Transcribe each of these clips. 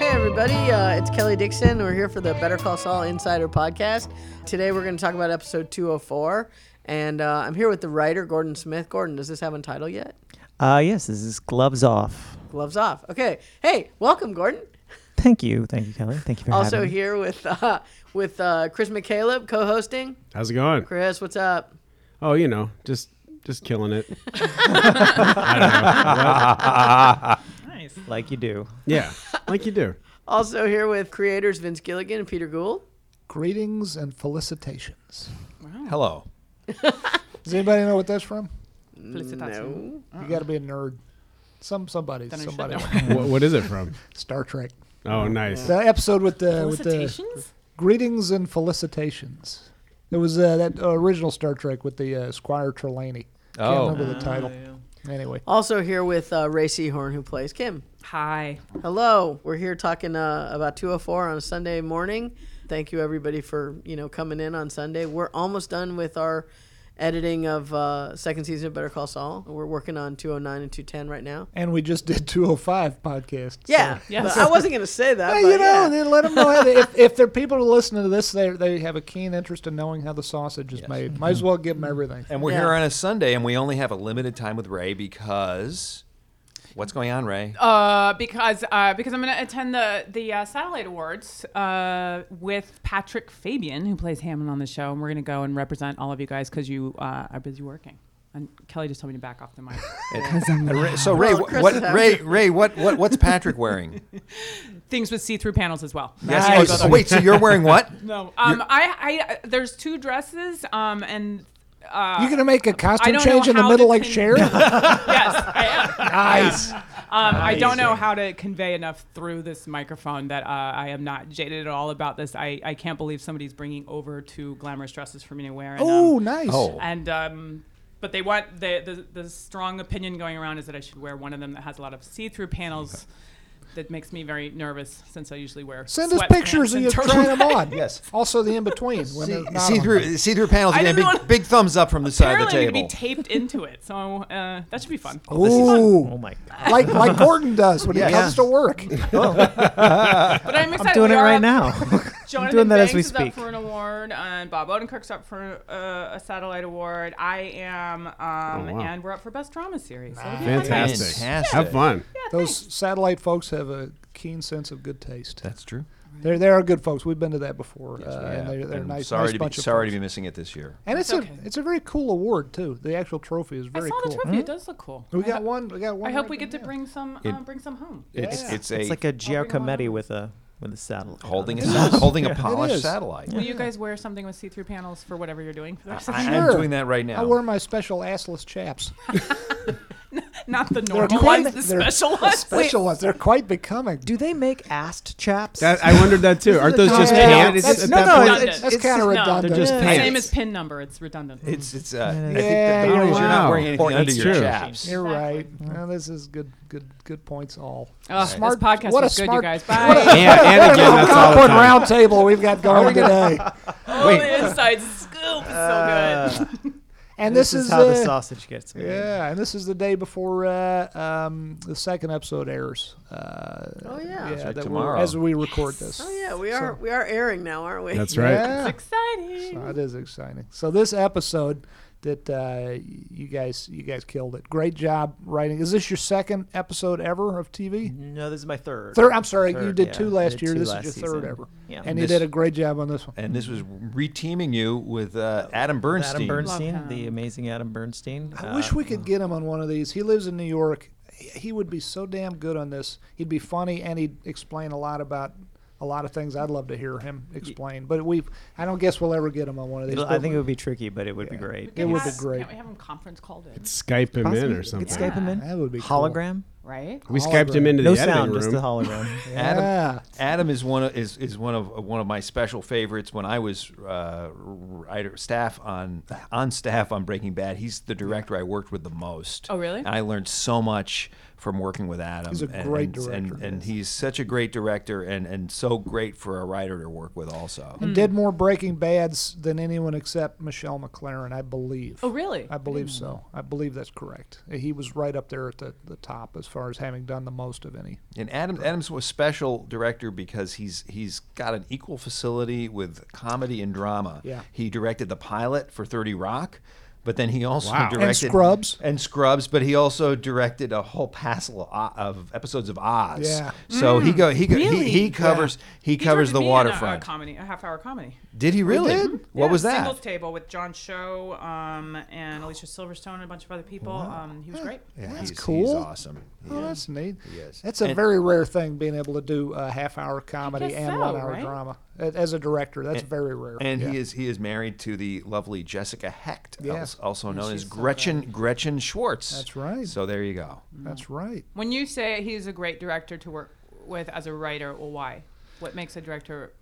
everybody. Uh, it's Kelly Dixon. We're here for the Better Call Saul Insider podcast. Today, we're going to talk about episode 204. And uh, I'm here with the writer, Gordon Smith. Gordon, does this have a title yet? Uh, yes, this is gloves off. Gloves off. Okay. Hey, welcome, Gordon. Thank you, thank you, Kelly. Thank you for Also having me. here with uh, with uh, Chris McCaleb, co-hosting. How's it going? Chris, what's up? Oh, you know, just just killing it. Like you do. Yeah, like you do. Also here with creators Vince Gilligan and Peter Gould. Greetings and felicitations. Hello. Does anybody know what that's from? Felicitations. No. You got to be a nerd. Some somebody, Uh-uh. Then I should somebody. know. What, what is it from? Star Trek. Oh, nice. The episode with the with the Felicitations? greetings and felicitations. It was uh, that original Star Trek with the uh, Squire Trelawney. Can't Oh. remember Ah, the title. Anyway, Also here with uh, Ray Seahorn, who plays Kim. Hi. Hello, we're here talking uh, about 204 on a Sunday morning. Thank you everybody for you know coming in on Sunday. We're almost done with our editing of uh, second season of Better Call Saul. We're working on 209 and 210 right now. and we just did 205 podcast. Yeah, so- but I wasn't gonna say that. Well, but you know, yeah. then let them know how they, if if there are people who listen to this, they they have a keen interest in knowing how the sausage is made. Mm-hmm. Might as well give them everything. Uh, And we're Yeah. here on a Sunday, and we only have a limited time with Ray because what's going on, Ray? Uh, because uh, because I'm going to attend the the uh, satellite awards uh, with Patrick Fabian, who plays Hammond on the show, and we're going to go and represent all of you guys because you uh, are busy working. And Kelly just told me to back off the mic. And Ray- so Ray, Well, wh- Chris what, is having- Ray, Ray, what, what, what's Patrick wearing? Things with see-through panels as well. Yes. Oh, so wait, so you're wearing what? No. Um, I, I there's two dresses. Um, and uh, You gonna make a costume don't know change in the how middle to like con- Sharon? yes, I am. nice. Um, I don't know how to convey enough through this microphone that uh, I am not jaded at all about this. I, I can't believe somebody's bringing over two glamorous dresses for me to wear. And, um, Oh, nice. Oh, and um, but they want the, the the strong opinion going around is that I should wear one of them that has a lot of see-through panels. That makes me very nervous since I usually wear. Send us sweatpants pictures of and you turtles. trying them on. Yes. Also, the in between. See, see through, see through panels I again. Big, didn't know- big thumbs up from the side Apparently, of the I'm going to be table. taped into it, so uh, that should be fun. Ooh, Oh my god. like like Gordon does when Yeah. he comes to work. But I'm excited. I'm doing We it are right up- now. Jonathan doing that as Banks we is speak. up for an award, and Bob Odenkirk's up for uh, a satellite award. I am, um, wow. and we're up for best drama series. So it'll be a fun night. Fantastic. Fantastic. Have fun. Those satellite folks have a keen sense of good taste. That's true. They're they are good folks. We've been to that before, uh, Yeah. and they're, they're a And nice. sorry nice to be, bunch of sorry to folks. be missing it this year. And it's That's okay. a it's a very cool award too. The actual trophy is I very saw cool. Mm-hmm. the trophy. It does look cool. We I got ho- one. We got one. I hope right we get to there now. bring some, It- uh, bring some home. It's, Yeah. it's a, It's like a Giacometti on. with a with a saddle. holding a, sat- holding a polished is. satellite. Will you guys wear something with see-through panels for whatever you're doing? I, Sure. I'm doing that right I now. wear my special assless chaps. Not the They're normal quite ones, the they're- special ones. Special ones. They're quite becoming. Do they make assed chaps? That, I wondered that too. Aren't those just Yeah, pants? that's- at no, that no, point? it's- Redundant. it's, That's kind of no, redundant. They're just Yeah. pants. Same as pin number. It's redundant. It's it's. Uh, I think Yeah, the, the you're point is you're right. not wearing anything It's under your true. chaps. You're Exactly. right. Well, this is good, good, good points. All Ugh, Smart- this podcast what a was good, smart- you guys. what a- Bye. and, and again, that's all the Concord time. round table we've got going today. Oh, the inside scoop is so Uh, good. And this, is, how uh, the sausage gets made. Yeah, and this is the day before uh, um, the second episode airs. Uh, Oh yeah. right, that we're- tomorrow. as we record this. Oh yeah. We are we are airing now, aren't we? That's right. Yeah. Exciting. So it is exciting. So this episode that uh, you guys you guys killed it. Great job writing. Is this your second episode ever of TV? No, this is my third. Third. I'm sorry, you Third, did yeah. two I last did year. two This last is your third season. ever, Yeah. and This- you did a great job on this one. And this was reteaming you with uh, Adam With Bernstein. Adam Bernstein, Love him. the amazing Adam Bernstein. I Uh, wish we could get him on one of these. He lives in New York. He he would be so damn good on this. He'd be funny and he'd explain a lot about a lot of things. I'd love to hear him explain. But we, I don't guess we'll ever get him on one of these. Uh, It'll- I but think it would be tricky, but it would be great. It would be Yes. great. Can't we have him conference called in? Skype him in Possibly. or We something. could Skype him in. that would be cool. Hologram. Right? We Skyped him into No the editing sound, room. just a hologram. Adam, Yeah. Adam is one of, is, is one of one of my special favorites. When I was uh, writer staff on on staff on Breaking Bad, he's the director I worked with the most. Oh, really? And I learned so much from working with Adam. He's a and, great and, and- director. and he's such a great director, and and so great for a writer to work with. Also, Hmm. And did more Breaking Bads than anyone except Michelle McLaren, I believe. Oh, really? Uh, I believe so. I believe that's correct. He was right up there at the, the top as far as having done the most of any. And Adams Adams was special director because he's he's got an equal facility with comedy and drama. Yeah. He directed the pilot for Thirty Rock, but then he also Wow. And directed Scrubs. and Scrubs. But he also directed a whole passel of, O- of episodes of Oz. Yeah. So he go he go, Mm. really? he, he covers he, covers directed the me in a- waterfront. A, comedy, a half-hour comedy. did he really? What Yeah, was that? Singles table with John Cho um, and Alicia Silverstone and a bunch of other people. Um, he was great. Yeah, he's, he's cool. awesome. Oh, that's neat. Yes. That's a And- very rare thing being able to do a half hour comedy guess and so, one hour right? drama A- as a director. That's very rare. And Yeah. he is he is married to the lovely Jessica Hecht, Yeah. uh, als- also known as she's so Gretchen Gretchen Schwartz. That's right. So there you go. That's right. When you say he's a great director to work with as a writer, well, why? What makes a director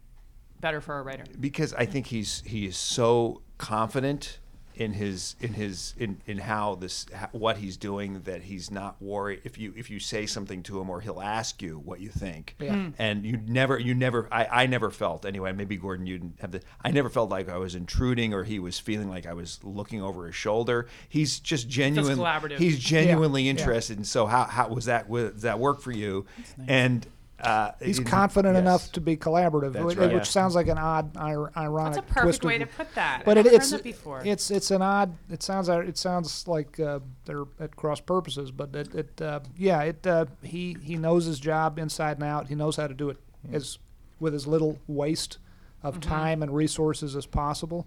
better for a writer? Because I think he's he is so confident in his in his in, in how this ho- what he's doing that he's not worried if you if you say something to him or he'll ask you what you think. Yeah. Hmm. And you never you never I, I never felt anyway, maybe Gordon you didn't have the I never felt like I was intruding or he was feeling like I was looking over his shoulder. He's just genuine collaborative. he's genuinely Yeah. interested. And so how how was that was does that work for you? And uh, He's it- confident yes. enough to be collaborative, That's which, right. which Yeah. sounds like an odd, ir- ironic. That's a perfect twist of- way to put that. But I've it, never heard it's that before. it's it's an odd. It sounds it sounds like uh, they're at cross purposes. But it, it uh, yeah it uh, he he knows his job inside and out. He knows how to do it as with as little waste of Mm-hmm. time and resources as possible.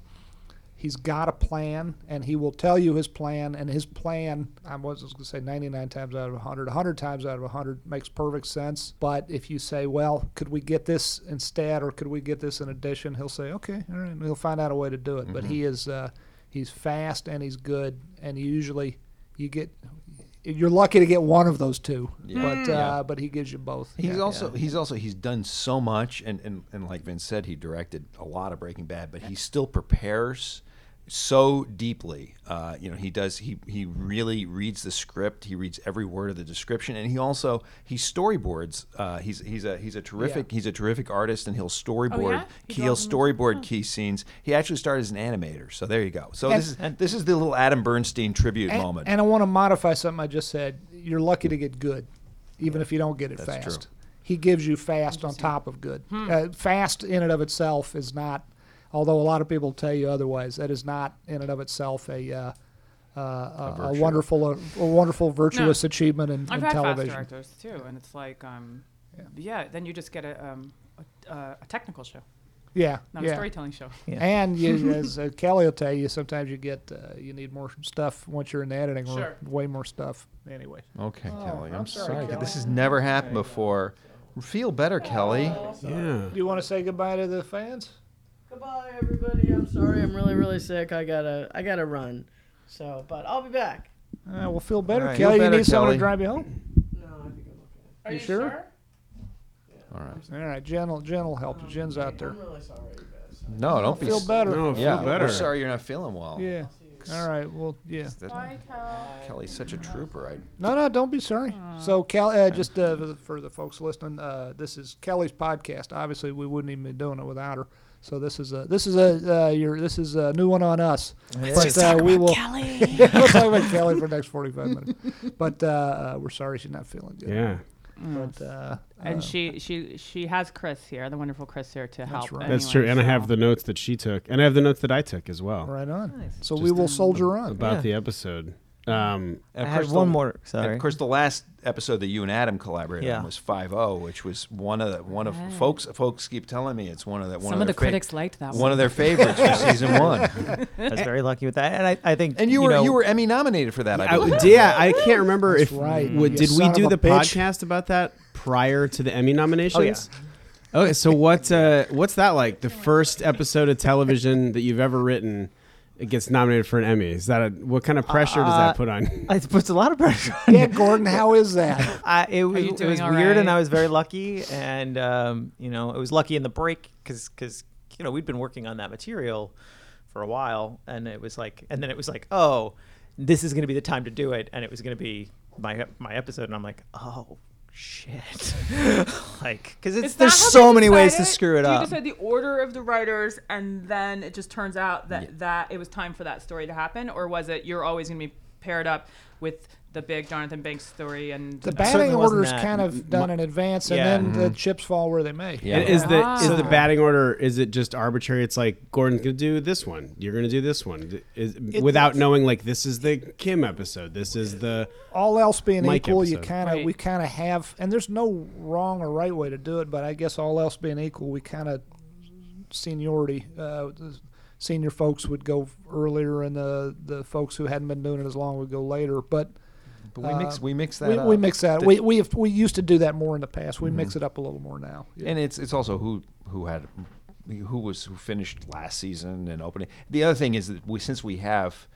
He's got a plan, and he will tell you his plan. And his plan, I was going to say 99 times out of 100, 100 times out of 100 makes perfect sense. But if you say, well, could we get this instead, or could we get this in addition, he'll say, okay, all right, and he'll find out a way to do it. But he Mm-hmm. is, uh, he's fast and he's good, and usually you get, you're lucky to get one of those two. But uh, Yeah. but he gives you both. He's Yeah. also he's also he's done so much and, and and like Vince said he directed a lot of Breaking Bad but he still prepares so deeply uh, you know he does he he really reads the script he reads every word of the description and he also he storyboards uh, he's he's a he's a terrific he's a terrific Oh, artist and he'll storyboard He key, he'll draws them? storyboard key scenes he actually started as an animator so there you go so And- this is this is the little Adam Bernstein tribute and, moment and I want to modify something I just said. You're lucky to get good, even if you don't get it That's fast. true. He gives you fast on top of good. Hmm. Uh, fast in and of itself is not, although a lot of people tell you otherwise, that is not in and of itself a. Uh, uh, a, a, virtue. wonderful, a, a wonderful virtuous achievement in, I've in had television. fast directors too, and it's like, um, yeah. then you just get a, um, a, uh, a technical show, yeah, not a yeah. storytelling show. Yeah. And you, as uh, Kelly will tell you, sometimes you get uh, you need more stuff once you're in the editing room. Sure. Way more stuff. Anyway, Okay, Oh, Kelly. I'm, I'm sorry, sorry. Kelly. This has never happened before. Feel better, Kelly. Oh. Yeah. do you want to say goodbye to the fans? Goodbye, everybody. I'm sorry. I'm really, really sick. I gotta, I gotta run. So, but I'll be back. Uh, well, feel better, All right, Kelly. feel you better, need someone Kelly. to drive you home. No, I think I'm okay. Are You sure? All right. All right, Jen will, Jen will help you. Jen's out there. Mm. I'm really sorry, you guys. No, don't be. Feel s- better. No, feel Yeah, better. We're sorry you're not feeling well. Yeah. All right. Well, yeah. That- Kelly's such a trooper. I, No, no, don't be sorry. So, Kel, uh, just uh, for the- for the folks listening, uh, this is Kelly's podcast. Obviously, we wouldn't even be doing it without her. So this is a this is a uh, your this is a new one on us. But uh, we will. Kelly. we'll talk about Kelly for the next forty five minutes. But uh, uh, we're sorry she's not feeling good. Yeah. But uh, and she she she has Chris here, the wonderful Chris here to help. right. That's true. anyway, And I so- have the notes that she took, and I have the notes that I took as well right on. So Just we will soldier on. about the episode. Um, I and of had course the- one more. and Sorry. of course, the last episode that you and Adam collaborated Yeah. on was 5-0, which was one of the, one of folks folks keep telling me it's one of the one Some of the their fa- critics liked that one of their favorites for season one. I was very lucky with that, and I, I think. And you, were know, you were Emmy nominated for that. I, I, believe. yeah, I can't remember That's if right, w- you did son we of do a the bitch. podcast about that prior to the Emmy nominations. Oh, Okay, so what uh, what's that like? The first episode of television that you've ever written it gets nominated for an Emmy. Is that a, what kind of pressure does Uh, that put on? you? It puts a lot of pressure on Yeah, Gordon, how is that? I, it was, you it doing was all weird, and right? I was very lucky. And um, you know, it was lucky in the break because you know we'd been working on that material for a while, and it was like, and then it was like, oh, this is going to be the time to do it, and it was going to be my my episode, and I'm like, oh shit, like because it's Is that there's how so they many ways to decided? screw it Do up. You decide the order of the writers, and then it just turns out that that it was time for that story to happen, or was it you're always going to be paired up with the big Jonathan Banks story and The uh, batting certainly wasn't order is that kind of done in advance, and yeah. mm-hmm. then the chips fall where they may. Yeah. And is the is the Ah. batting order is it just arbitrary? It's like Gordon's gonna do this one, you're gonna do this one, D- is, without knowing like this is the Kim episode, this is the All else being Mike equal, you episode. kind of Right. we kind of have, and there's no wrong or right way to do it, but I guess all else being equal, we kind of seniority. Uh, the senior folks would go earlier, and the the folks who hadn't been doing it as long would go later. But But we mix Uh, we mix that we, up. we mix that. The- we we have, we used to do that more in the past. We Mm-hmm. mix it up a little more now. and it's it's also who who had who was who finished last season and opening. The other thing is that we since we have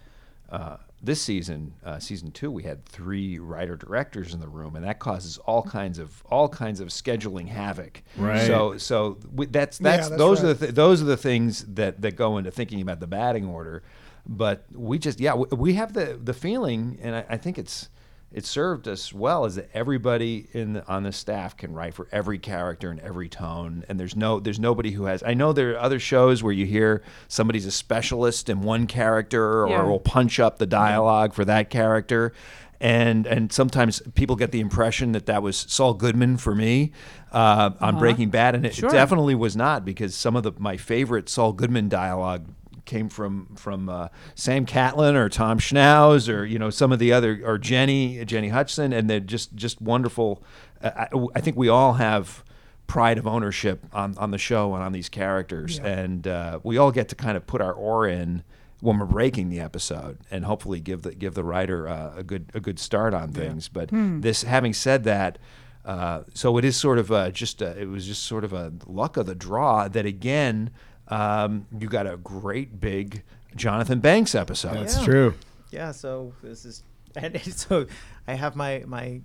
uh, this season, uh, season two, we had three writer directors in the room, and that causes all kinds of all kinds of scheduling havoc. Right. So so we, that's that's, that's those are right. the th- those are the things that that go into thinking about the batting order. But we just yeah we, we have the the feeling, and I, I think it's it served us well is that everybody in the, on the staff can write for every character and every tone and there's no there's nobody who has I know there are other shows where you hear somebody's a specialist in one character or Yeah. will punch up the dialogue for that character and and sometimes people get the impression that that was Saul Goodman for me uh, on Breaking Bad and it Uh-huh. Sure. definitely was not because some of the my favorite Saul Goodman dialogue came from from uh, Sam Catlin or Tom Schnauz or you know some of the other or Jenny Jenny Hudson and they're just just wonderful. Uh, I, I think we all have pride of ownership on on the show and on these characters and uh, we all get to kind of put our oar in when we're breaking the episode and hopefully give the give the writer uh, a good a good start on things. But this, having said that, uh, so it is sort of uh just a, it was just sort of a luck of the draw that again um, you got a great big Jonathan Banks episode. That's true. Yeah, so this is and so I have my my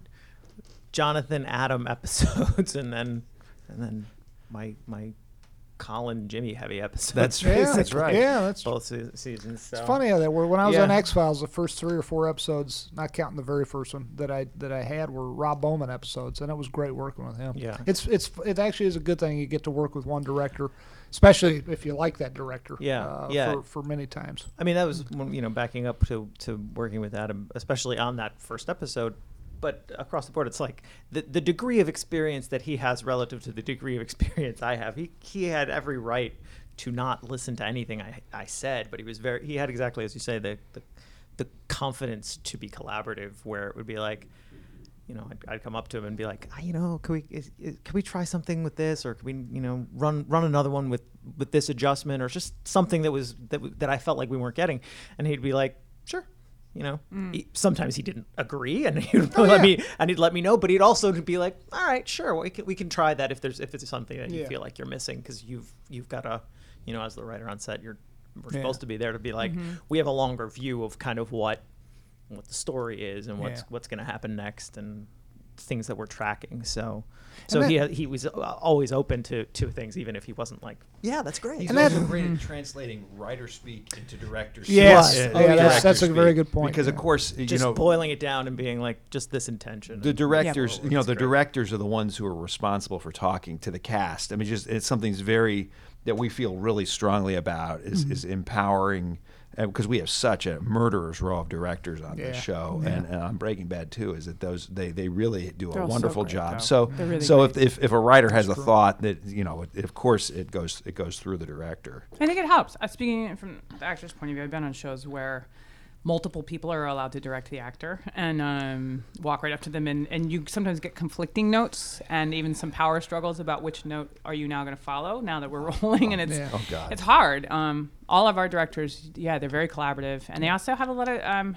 Jonathan Adam episodes and then and then my my Colin Jimmy heavy episodes. That's Yeah, right. That's right. Yeah, that's both se- seasons. So. It's funny how that were when I was Yeah. on X Files, the first three or four episodes, not counting the very first one that I that I had, were Rob Bowman episodes, and it was great working with him. Yeah. it's it's it actually is a good thing you get to work with one director, especially if you like that director. Yeah, uh, yeah. For, for many times. I mean, that was when, you know backing up to to working with Adam, especially on that first episode. But across the board, it's like the the degree of experience that he has relative to the degree of experience I have. He he had every right to not listen to anything I I said, but he was very he had exactly as you say the the, the confidence to be collaborative, where it would be like. You know, I'd, I'd come up to him and be like, ah, you know, can we is, is, can we try something with this, or can we, you know, run run another one with with this adjustment, or just something that was that w- that I felt like we weren't getting, and he'd be like, sure, you know. Mm. He- sometimes he didn't agree, and he Oh, would let me and he'd let me know, but he'd also be like, all right, sure, we can we can try that if there's if it's something that you Yeah. feel like you're missing because you've you've got a, you know, as the writer on set, you're we're supposed to be there to be like Mm-hmm. we have a longer view of kind of what what the story is and what's Yeah. what's going to happen next and things that we're tracking. So, so that- he he was uh, always open to to things, even if he wasn't like, yeah, that's great. He's And that- Hmm. also great at translating writer speak into director speak. Yes. Oh, Yeah, and that's- director that's a very speak. good point, Because of yeah. course, you just know, boiling it down and being like, just this intention. the and- directors Yeah. you know the It's great. directors are the ones who are responsible for talking to the cast i mean just it's something that's very that we feel really strongly about is Mm-hmm. is empowering because we have such a murderer's row of directors on this Yeah. show and, and on breaking bad too is that those they they really do They're a all so wonderful great, job though. so They're really so if, if if a writer has a thought that you know it, of course it goes it goes through the director I think it helps. Uh, speaking from the actor's point of view, I've been on shows where multiple people are allowed to direct the actor and um, walk right up to them, and, and you sometimes get conflicting notes and even some power struggles about which note are you now going to follow now that we're rolling, and it's Yeah. Oh, God. it's hard. Um, all of our directors, yeah, they're very collaborative, and they also have a lot of. Um,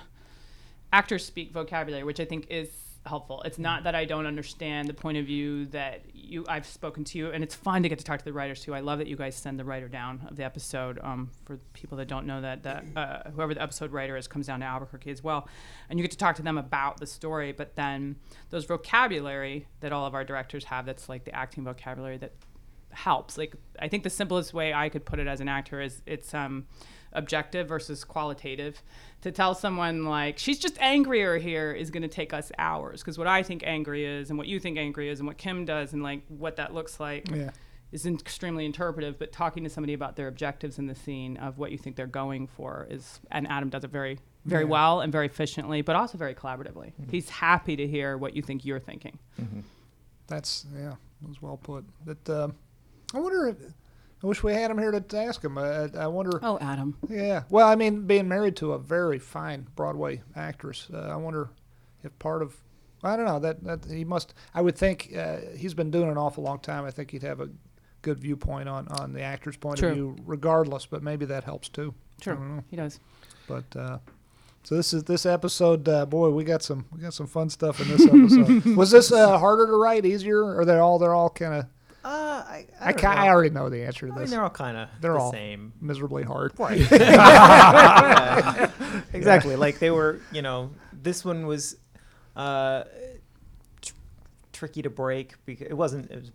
actors speak vocabulary, which I think is helpful. It's not that I don't understand the point of view that you I've spoken to you, and it's fun to get to talk to the writers too. I love that you guys send the writer down of the episode. Um, for people that don't know that, that uh, whoever the episode writer is comes down to Albuquerque as well, and you get to talk to them about the story. But then those vocabulary that all of our directors have, that's like the acting vocabulary that helps. Like I think the simplest way I could put it as an actor is it's um objective versus qualitative. To tell someone like she's just angrier here is going to take us hours because what I think angry is and what you think angry is and what Kim does and like what that looks like Yeah. is in- extremely interpretive, but talking to somebody about their objectives in the scene of what you think they're going for is, and Adam does it very very well and very efficiently, but also very collaboratively. Mm-hmm. He's happy to hear what you think you're thinking. That's yeah, that was well put. But uh, I wonder. If, I wish we had him here to, to ask him. I, I wonder. Oh, Adam. Yeah. Well, I mean, being married to a very fine Broadway actress, uh, I wonder if part of I don't know that that he must. I would think uh, he's been doing an awful long time. I think he'd have a good viewpoint on on the actor's point True. of view, regardless. But maybe that helps too. I don't True. know. He does. But uh, so this is this episode. Uh, boy, we got some we got some fun stuff in this episode. was this uh, harder to write, easier, or they're all they're all kind of? Uh, I, I, I, don't ca- know. I already know the answer to I mean, this. they're all kind of They're the all- same. Miserably hard. Yeah. exactly. Like they were, you know, this one was uh, tr- tricky to break because it wasn't. It was,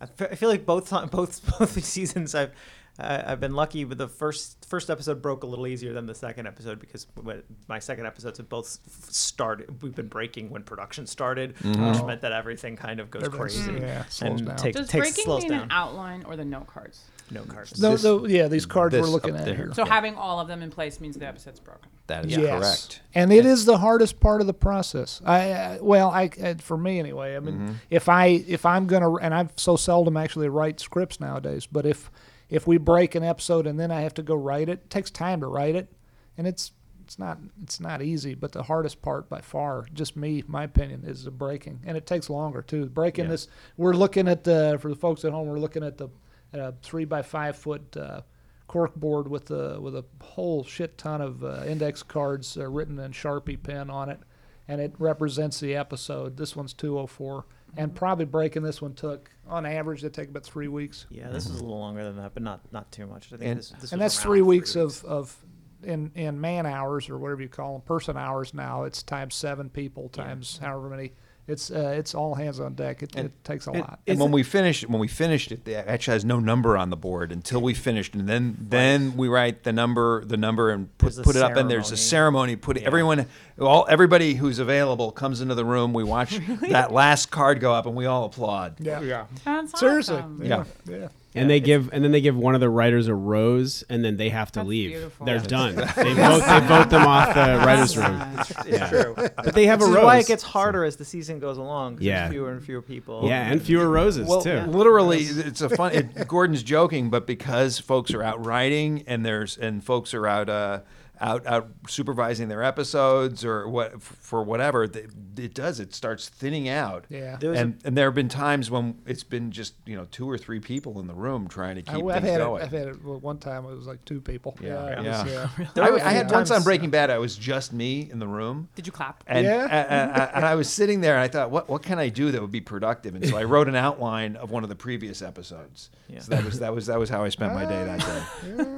I fe- I feel like both ti- both both these seasons I've uh, I've been lucky, but the first first episode broke a little easier than the second episode because what- my second episodes have both f- started. We've been breaking when production started, which Oh. meant that everything kind of goes Everything's- crazy yeah, slows and down. take- Does takes breaking slows mean down. an outline or the note cards? no cards. No, This- no, yeah, these cards we're this looking up at there. here. So Yeah. having all of them in place means the episode's broken. That is correct. And it is the hardest part of the process. I uh, well, I uh, for me anyway. I mean, Mm-hmm. if I if I'm gonna and I've so seldom actually write scripts nowadays, but if if we break an episode and then I have to go write it, it takes time to write it, and it's it's not it's not easy. But the hardest part by far, just me, my opinion, is the breaking, and it takes longer too. Breaking Yeah. this, we're looking at the for the folks at home, we're looking at the at a three by five foot. Uh, cork board with a with a whole shit ton of uh, index cards uh, written in Sharpie pen on it, and it represents the episode. This one's 204, and probably breaking this one took on average it take about three weeks, Yeah, this was a little longer than that, but not not too much. I think And- this, this and was that's around three weeks of of in in man hours or whatever you call them person hours now. It's times seven people times however many. It's uh, it's all hands on deck. It, it takes a lot. And when we finished, when we finished it, it actually has no number on the board until we finished, and then then we write the number, the number, and put, There's a put it up. And there's a ceremony. Put everyone, all everybody who's available comes into the room. We watch that last card go up, and we all applaud. yeah. yeah, That's seriously. awesome. Yeah, yeah. and they give and then they give one of the writers a rose and then they have to That's leave. beautiful. They're Yeah. done. They vote they vote them off the writers room. Nice. It's true. But they have This a is rose. why it gets harder as the season goes along. 'cause Yeah. There's fewer and fewer people. yeah, and fewer roses Well, too. literally, it's a fun. It, Gordon's joking, but because folks are out writing and there's and folks are out uh, out out supervising their episodes or what for whatever, th- it does. It starts thinning out. Yeah. There was a- and and there have been times when it's been just you know two or three people in the room trying to keep I, have things had going. It, I've had it well, one time. It was like two people. Uh, Yeah. it Yeah. was, There I- were a I, few had once on times- Breaking Bad, I was just me in the room. Did you clap? And, Yeah. and, and- and I was sitting there and I thought, what, what can I do that would be productive? And so I wrote an outline of one of the previous episodes. Yeah. So that was, that was, that was how I spent my day that day.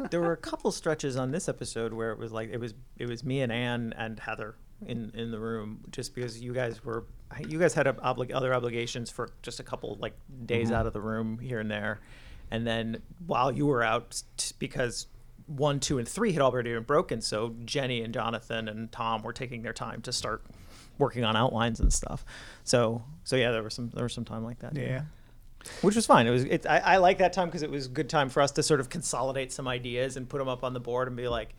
Ah. There were a couple stretches on this episode where it was like it was it was me and Anne and Heather in in the room just because you guys were you guys had obli- other obligations for just a couple like Mm-hmm. days out of the room here and there, and then while you were out t- because. One, two, and three had already been broken, so Jenny and Jonathan and Tom were taking their time to start working on outlines and stuff. So, so yeah, there was some there was some time like that. yeah. which was fine. It was it, I, I like that time because it was a good time for us to sort of consolidate some ideas and put them up on the board and be like,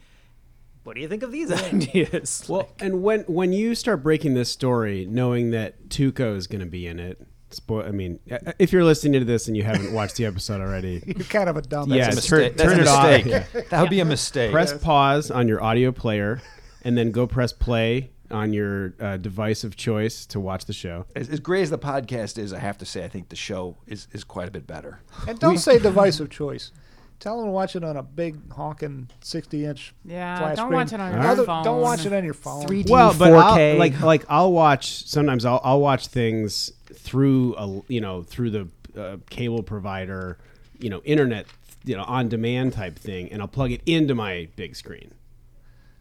"What do you think of these ideas?" Well, and when when you start breaking this story, knowing that Tuco is going to be in it, spo- I mean, uh, if you're listening to this and you haven't watched the episode already, You're kind of a dumbass. yeah, That's a turn, mistake. That's turn a it off. mistake. That would be a mistake. Press pause on your audio player, and then go press play on your uh, device of choice to watch the show. As, as great as the podcast is, I have to say, I think the show is, is quite a bit better. And don't say device of choice. Tell them to watch it on a big honking sixty-inch. Yeah, flash don't screen. watch it on your Other- phone. Don't watch it on your phone. 3D. well, but I'll, 4K. like like I'll watch sometimes I'll I'll watch things through a you know through the uh, cable provider, you know, internet, you know, on demand type thing, and I'll plug it into my big screen,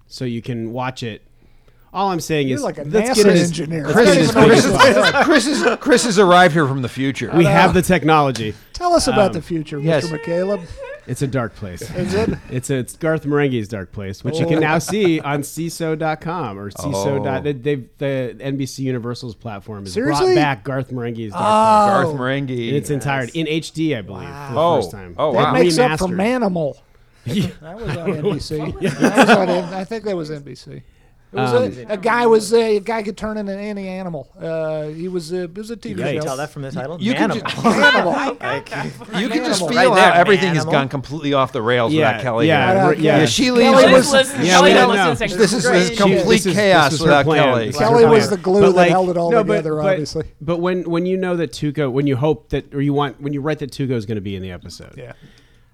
so you can watch it. All I'm saying You're is like a let's NASA get it as- engineer. let's I get don't it even as know big what as you're possible. Chris, is, Chris has arrived here from the future. We have the technology. Tell us about Um, the future, yes. Mr. McCaleb. It's a dark place. Is it? Oh. It's it's Garth Marenghi's Dark Place, which you can now see on CISO.com or CISO. Oh. dot They, they've the NBC Universal's platform has brought Seriously? back Garth Marenghi's Dark Place. Garth Oh. Marenghi. in its entirety in HD, I believe, for the Oh. first time. Oh, That wow. makes up for Remastered. Manimal. Yeah. That was on NBC. That was on N- I think that was NBC. It was Um, a, a guy was uh, a, a guy could turn into any animal. Uh, he was a it was a TV Can you show. tell that from the title? You can Manimal. ju- Like, animal. You can just Manimal. feel Right there, how everything has manimal. gone completely off the rails yeah, without Kelly. yeah, here. Right we're- out, yeah. yeah. she Kelly leaves. was- with- listen, yeah, Kelly we don't don't listen know. to Sex This and is- the this City. is complete- This is- chaos this was her without plan. This Kelly. was her Kelly was plan. the glue But, that like, held it all no, but- together, but- obviously. But when when you know that Tuco, when you hope that, or you want, when you write that Tuco is going to be in the episode, Yeah.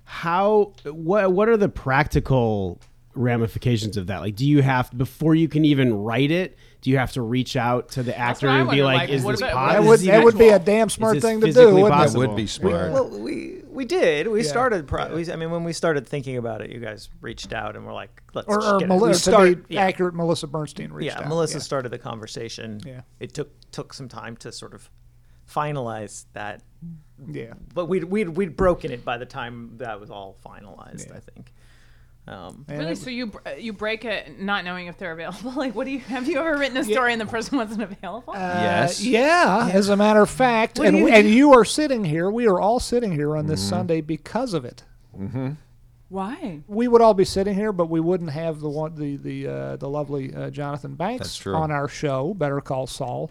how what what are the practical ramifications of that? Like, do you have before you can even write it? Do you have to reach out to the actor what I and be wondered, like, like, "Is what this about- possible?" That This would, is that would be a actual- damn smart this thing to do, physically wouldn't That possible? would be smart. Well, we we did. We Yeah. started. Pro- we, I mean, when we started thinking about it, you guys reached out and were like, "Let's it? Or, just or get it. Mel- We to start- be yeah. accurate, Melissa Bernstein reached yeah, out. Melissa Yeah. started the conversation. Yeah. It took took some time to sort of finalize that, Yeah. but we'd we'd, we'd broken it by the time that was all finalized. I think. Um, And Really? it- So you br- you break it not knowing if they're available? Like, what do you have you ever written a story and the person wasn't available? Uh, Yes. yeah, as a matter of fact, and you, and you are sitting here. We are all sitting here on this Mm-hmm. Sunday because of it. Why? We would all be sitting here, but we wouldn't have the one, the the uh, the lovely uh, Jonathan That's Banks true. on our show, Better Call Saul,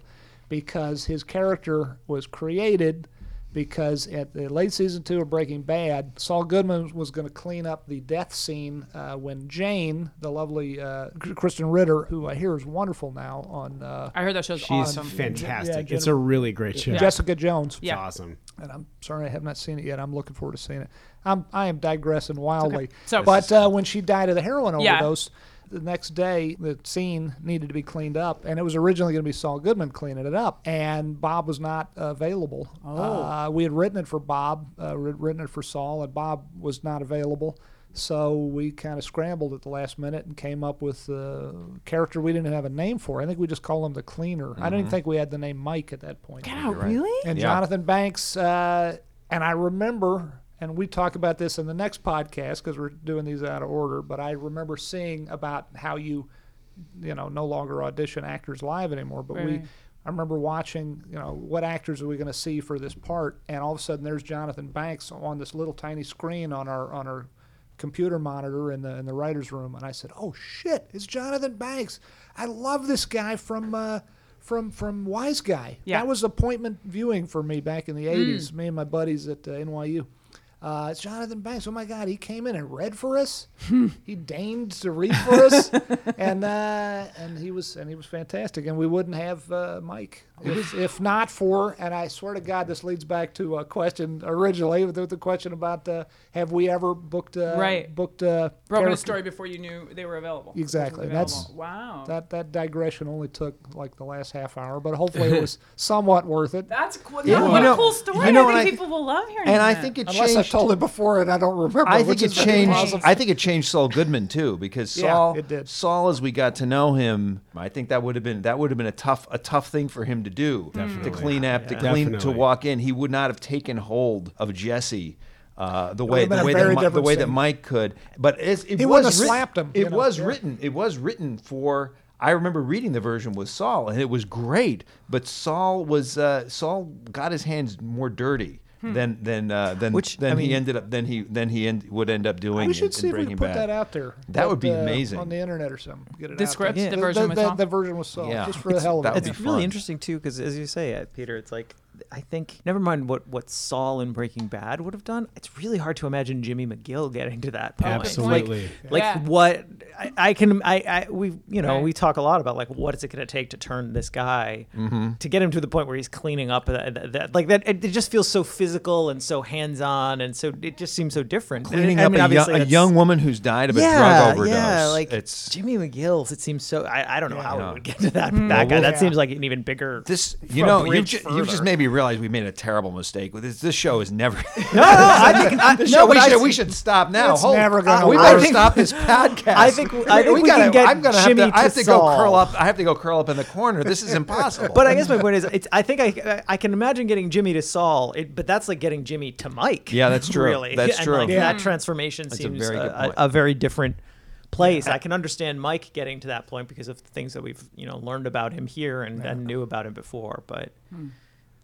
because his character was created because at the late season two of Breaking Bad, Saul Goodman was going to clean up the death scene uh, when Jane, the lovely uh, Kristen Ritter, who I hear is wonderful now on uh, I heard that show's She's awesome. fantastic. Yeah, it's a really great show. It's Jessica Jones, Yeah. awesome. and I'm sorry I have not seen it yet. I'm looking forward to seeing it. I'm I am digressing wildly. So- but uh, when she died of the heroin Yeah. overdose, the next day the scene needed to be cleaned up, and it was originally going to be Saul Goodman cleaning it up, and Bob was not available. Oh. Uh, we had written it for Bob, uh, we had written it for Saul, and Bob was not available. So we kind of scrambled at the last minute and came up with a character we didn't have a name for. I think we just called him the cleaner. I Mm-hmm. don't even think we had the name Mike at that point Get out, really? and Yeah. Jonathan Banks. Uh, and I remember, and we talk about this in the next podcast because we're doing these out of order. But I remember seeing about how you, you know, no longer audition actors live anymore. But we, Right. I remember watching, you know, what actors are we going to see for this part? And all of a sudden, there's Jonathan Banks on this little tiny screen on our on our computer monitor in the in the writers room, and I said, "Oh shit, it's Jonathan Banks! I love this guy from." Uh, from from Wise Guy. Yeah. That was appointment viewing for me back in the 80s, me and my buddies at uh, NYU. Uh, it's Jonathan Banks. Oh my God, he came in and read for us. he deigned to read for us, and uh, and he was and he was fantastic. And we wouldn't have uh, Mike if, if not for. And I swear to God, this leads back to a question originally with, with the question about uh, have we ever booked uh, Right. booked uh, Broken a character- story before you knew they were available. Exactly. Available. That's- wow. That that digression only took like the last half hour, but hopefully it was somewhat worth it. That's cool. Yeah. no, You what a know- cool story. you know, I and think I- people will love hearing And I that. think it Unless I changed. told it before and I don't remember. I which think it is changed. awesome. I think it changed Saul Goodman too, because Yeah, Saul, it did. Saul, as we got to know him, I think that would have been that would have been a tough a tough thing for him to do to clean up, to clean to Definitely. walk in. He would not have taken hold of Jesse. Uh, the way have been the a way, very that, Mi- the different way that scene. Mike could, but it's, it He was wouldn't have writ- slapped him, you It know, was yeah. written. It was written for. I remember reading the version with Saul, and it was great. But Saul was uh, Saul got his hands more dirty than than uh, than Hmm. Which, than I he mean- ended up then he then he end, would end up doing. we should in- in see if we Breaking can put Bad. that out there. That would be uh, amazing. on the internet or something. Get it The out script, there. the version the, with the, Saul? the version with Saul, Yeah. just for the hell of That it. would it's be really fun. interesting too, because as you say, uh, Peter, it's like I think never mind what what Saul in Breaking Bad would have done. It's really hard to imagine Jimmy McGill getting to that point. Absolutely. like, like Yeah. what I, I can I, I we you know Right. we talk a lot about like what is it going to take to turn this guy Mm-hmm. to get him to the point where he's cleaning up that, that, that- like that it, it just feels so physical and so hands on and so it just seems so different. And- cleaning I up mean, a, young, obviously a that's- young woman who's died of a drug overdose. yeah, like it's Jimmy McGill's. It seems so. I, I don't know how Yeah. it would get to that, that guy. we'll- That seems like an even bigger. this. You From know, you've, bridge ju- you've just further. made me realize we made a terrible mistake with this. This show is never. no, no, I think I, this no, show, but we I should see- we should stop now. It's Hold- never gonna we work. better I think- stop this podcast. I think- I think we can gotta, get I'm gonna have Jimmy to, I have to to go curl Saul. up. I have to go curl up in the corner. This is impossible. But I guess my point is, it's, I think I I can imagine getting Jimmy to Saul, it, but that's like getting Jimmy to Mike. Yeah, that's true. Really, That's And, true. like, Yeah. That transformation a seems very a, good point. a, a very different place. I can understand Mike getting to that point because of the things that we've you know learned about him here and, and knew about him before, but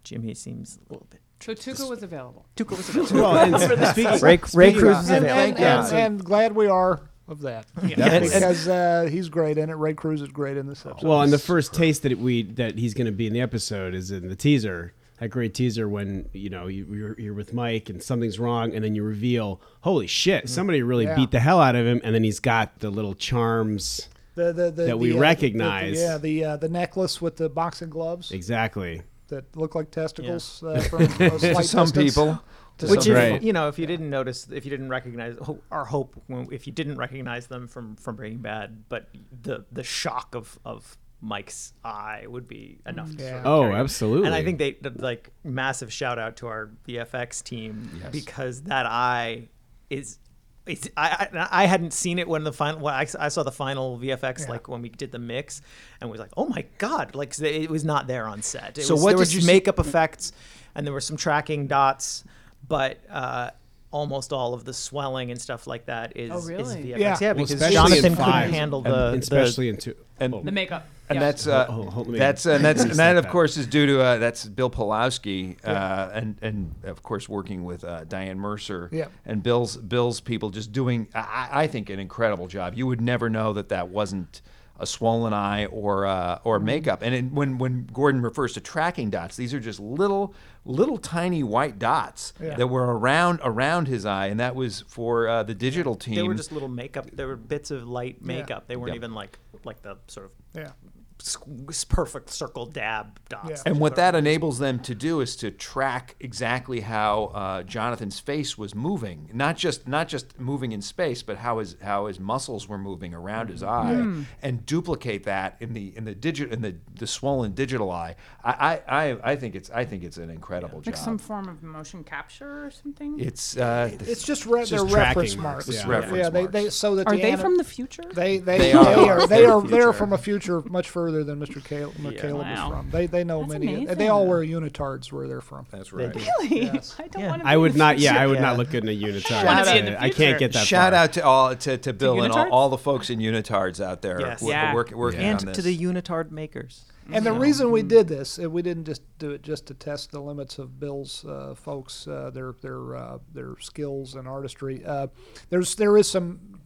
Jimmy seems a little bit. so Tuca was available. Too close. Well, and speaking, Ray, Ray speaking Cruz of- is and, available. and, Yeah. and, and glad we are of that That's- because uh, he's great in it. Ray Cruz is great in this episode. Well, and the first taste that we that he's going to be in the episode is in the teaser. That great teaser when you know you, you're, you're with Mike and something's wrong, and then you reveal, "Holy shit! Somebody really Yeah. beat the hell out of him." And then he's got the little charms. the, the, the, that we the, uh, the- recognize. yeah, the uh, the necklace with the boxing gloves Exactly. that look like testicles uh, from a slight some distance. people. To Which some is, Right. you know, if you didn't notice, if you didn't recognize ho- our hope, when- if you didn't recognize them from from Breaking Bad, but the the shock of of Mike's eye would be enough. To sort of Yeah. Oh, carry it. absolutely. And I think they the, like massive shout out to our VFX team Yes. because that eye is. It's, I, I I hadn't seen it when the final when I, I saw the final VFX like when we did the mix and was like oh my god like it was not there on set it So was, what there did was you see- makeup effects and there were some tracking dots but uh, almost all of the swelling and stuff like that is, Oh, is really? VFX Yeah. yeah, Well, because especially in Jonathan couldn't five, handle and the especially in two. and The makeup. and yeah. that's uh, Hold- hold- let me- that's and that's and that of that. course is due to uh, that's Bill Pulowski uh, and and of course working with uh, Diane Mercer Yeah. and Bill's Bill's people just doing I, I- I think an incredible job. You would never know that that wasn't a swollen eye or uh, or Mm-hmm. makeup. And it, when when Gordon refers to tracking dots, these are just little little tiny white dots that were around around his eye, and that was for uh, the digital team. they were just little makeup they were bits of light makeup they weren't Yeah. even like like the sort of Yeah. squ- perfect circle dab dots. Yeah. that And you what put on. that enables them to do is to track exactly how uh, Jonathan's face was moving, not just not just moving in space, but how his how his muscles were moving around his eye, and duplicate that in the in the digit in the, the swollen digital eye. I, I I I think it's I think it's an incredible like job. some form of motion capture or something. it's uh, It's just, re- It's they're just reference tracking marks, marks. yeah. Yeah, Reference they, marks. they so that Are the they anim- from the future? They they They they are. are they are, they They're are, the future. from a future much further than Mr. Caleb, McCaleb Wow. is from. They they know That's many. amazing. They all wear unitards where they're from. that's right. really? Yes. I don't Yeah. want to. I would not. Yeah, I would Yeah. not look good in a unitard. wanna I'd be in say. the I can't future. get that. Shout far. out to all to, to Bill and all, unitards? all the folks in unitards out there Yes. who are Yeah. work, working on this. unitard makers. And the reason we did this, uh, we didn't just do it just to test the limits of Bill's uh, folks, uh, their their uh, their skills and artistry. Uh, there's there is some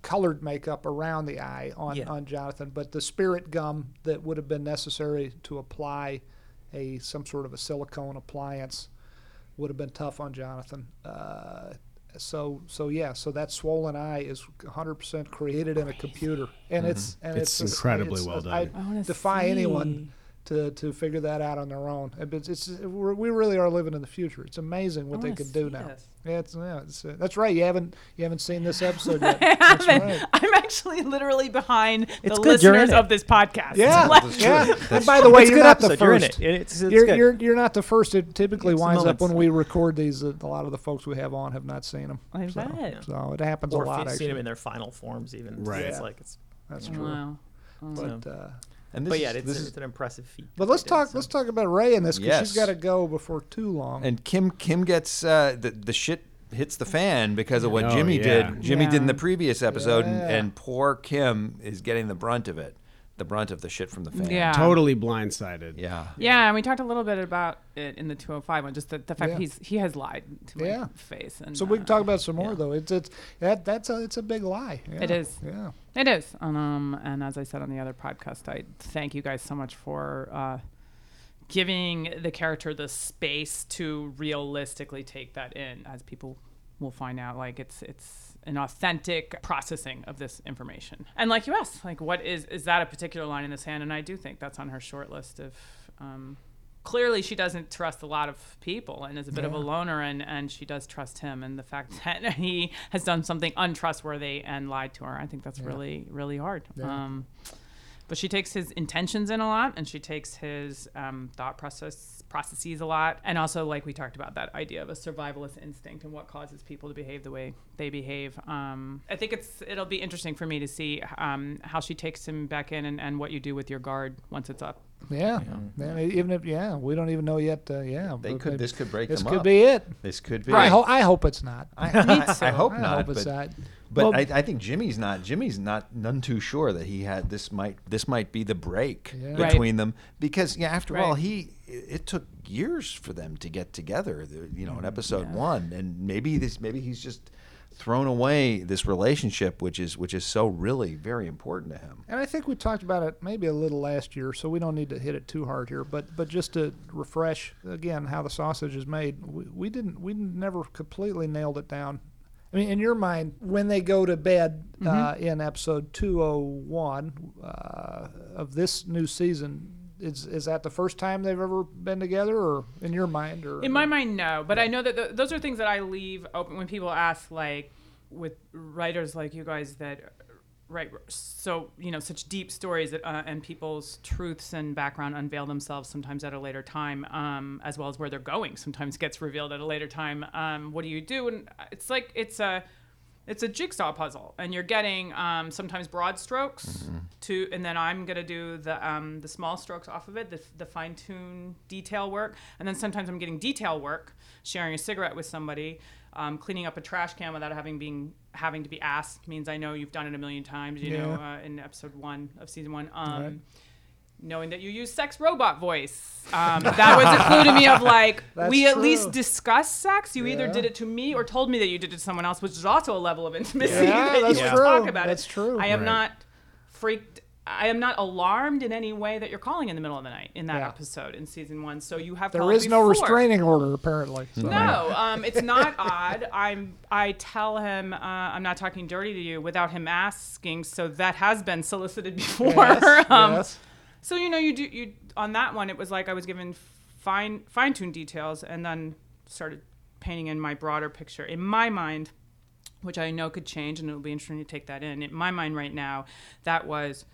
colored makeup around the eye on, Yeah. on Jonathan, but the spirit gum that would have been necessary to apply a some sort of a silicone appliance would have been tough on Jonathan. Uh, so so yeah, so that swollen eye is 100% created in a computer, and it's and Mm-hmm. It's it's, incredibly well I done. I wanna defy anyone see. to, to figure that out on their own. It- It's, it's we're, we really are living in the future. It's amazing what they wanna can do see now. this. Yeah, it's, yeah, it's, uh, that's right. You haven't you haven't seen this episode yet. I That's haven't. right. I'm actually literally behind the It's good you're in listeners it. of this podcast. Yeah, Like, yeah. and by the way, It's a you're good not the episode. You're in first. it. It- It's, it's You're, good. you're you're not the first. It typically It's the winds up moments. when we record these. that A lot of the folks we have on have not seen them. I so, bet. so it happens or a if lot. you've seen them Actually, in their final forms, even Right. It's Yeah. like it's, that's true. Wow. But uh, and this but yeah, is- it's, this an- is it's an impressive feat. but let's It is, uh, talk so. let's talk about Ray in this because Yes. she's got to go before too long. And Kim Kim gets uh, the the shit hits the fan because of what Oh, Jimmy yeah. did. Jimmy Yeah. did in the previous episode, and, Yeah. and poor Kim is getting the brunt of it, the brunt of the shit from the fan. Yeah. Totally blindsided. yeah. Yeah, and we talked a little bit about it in the 205 one, just the, the fact Yeah. he's he has lied to my Yeah. face. And So we uh, can talk about some more though. It's it's that that's a it's a big lie. Yeah. It is. Yeah. It is, and, um, and as I said on the other podcast, I thank you guys so much for uh, giving the character the space to realistically take that in, as people will find out. Like it's it's an authentic processing of this information, and like you asked, like what is is that a particular line in the sand? And I do think that's on her short list of. Um, Clearly, she doesn't trust a lot of people and is a bit of a loner, and, and she does trust him. And the fact that he has done something untrustworthy and lied to her, I think that's really, really hard. Um, but she takes his intentions in a lot and she takes his um, thought process processes a lot and also like we talked about that idea of a survivalist instinct and what causes people to behave the way they behave um, i think it's it'll be interesting for me to see um, how she takes him back in and, and what you do with your guard once it's up Yeah. Man, e- even if yeah, we don't even know yet. Uh, yeah. They but could. maybe- This could break This them could up. be it. This could be. I, ho- I hope it's not. I, too. I hope I not. hope it's but not. but Well- I, I think Jimmy's not. Jimmy's not none too sure that he had this. Might this might be the break Yeah. Right. between them because yeah, after all, Right. he it took Mm, years for them to get together. the- You know, in episode one, and maybe this maybe he's just thrown away this relationship, which is which is so really very important to him. And I think we talked about it maybe a little last year, so we don't need to hit it too hard here. But but just to refresh again how the sausage is made, we, we didn't we never completely nailed it down. I mean, in your mind, when they go to bed uh, in episode 201 uh, of this new season, is is that the first time they've ever been together, or in your mind, or In my mind, no. But I know that th- those are things that I leave open when people ask, like, with writers like you guys that write so you know such deep stories that, uh, and people's truths and background unveil themselves sometimes at a later time, um, as well as where they're going sometimes gets revealed at a later time. Um, what do you do? And it's like it's a it's a jigsaw puzzle, and you're getting um, sometimes broad strokes to, and then I'm gonna do the um, the small strokes off of it, the, the fine tune detail work, and then sometimes I'm getting detail work, sharing a cigarette with somebody, um, cleaning up a trash can without having being having to be asked means I know you've done it a million times, you know, uh, in episode one of season one. Um, Knowing that you use sex robot voice, um, that was a clue to me of like That's we at least true. discuss sex. You either Yeah. did it to me or told me that you did it to someone else, which is also a level of intimacy Yeah, that you that's don't true. talk about. it. That's true. I am Right. not freaked. I am not alarmed in any way that you're calling in the middle of the night in that Yeah. episode in season one. So you have there called is no before. restraining order apparently. So. No, um, it's not odd. I'm. I tell him uh, I'm not talking dirty to you without him asking. So that has been solicited before. Yes, um, yes. So you know, you do you on that one. It was like I was given fine fine tuned details, and then started painting in my broader picture in my mind, which I know could change, and it'll be interesting to take that in. In my mind right now, that was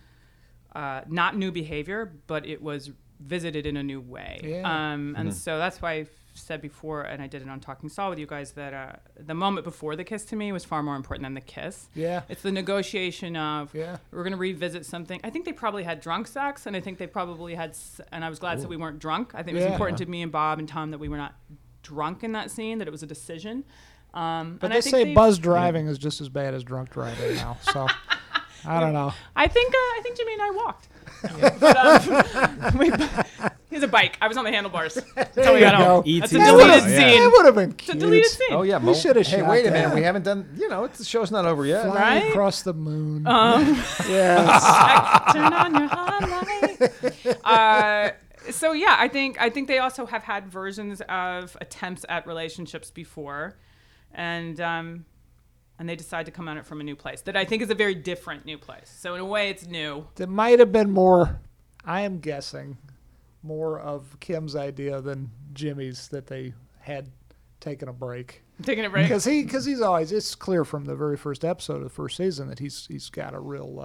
uh, not new behavior, but it was visited in a new way. Yeah. Um, and so that's why I said before, and I did it on Talking Saw with you guys, that uh, the moment before the kiss to me was far more important than the kiss. Yeah. It's the negotiation of Yeah. we're going to revisit something. I think they probably had drunk sex, and I think they probably had, s- and I was glad that we weren't drunk. I think it was Yeah. important to me and Bob and Tom that we were not drunk in that scene, that it was a decision. Um, But and they I think say they've- buzz driving is just as bad as drunk driving now. So I don't know. I think uh, I think Jimmy and I walked. but, um, we, he has a bike. I was on the handlebars. That's how we There you got home. E go. That's a E.T. deleted Oh, scene. It would have been It's a cute. deleted scene. Oh yeah, We shoulda Hey, shot wait a that. minute. We haven't done. You know, it's, the show's not over yet. Flying Right? Uh-huh. across the moon. yes. I- turn on your hotline. Uh, so yeah, I think I think they also have had versions of attempts at relationships before, and um, and they decide to come at it from a new place that I think is a very different new place. So in a way, it's new. It might have been more, I am guessing, more of Kim's idea than Jimmy's that they had taken a break. taking a break. Because he, cause he's always, it's clear from the very first episode of the first season that he's he's got a real,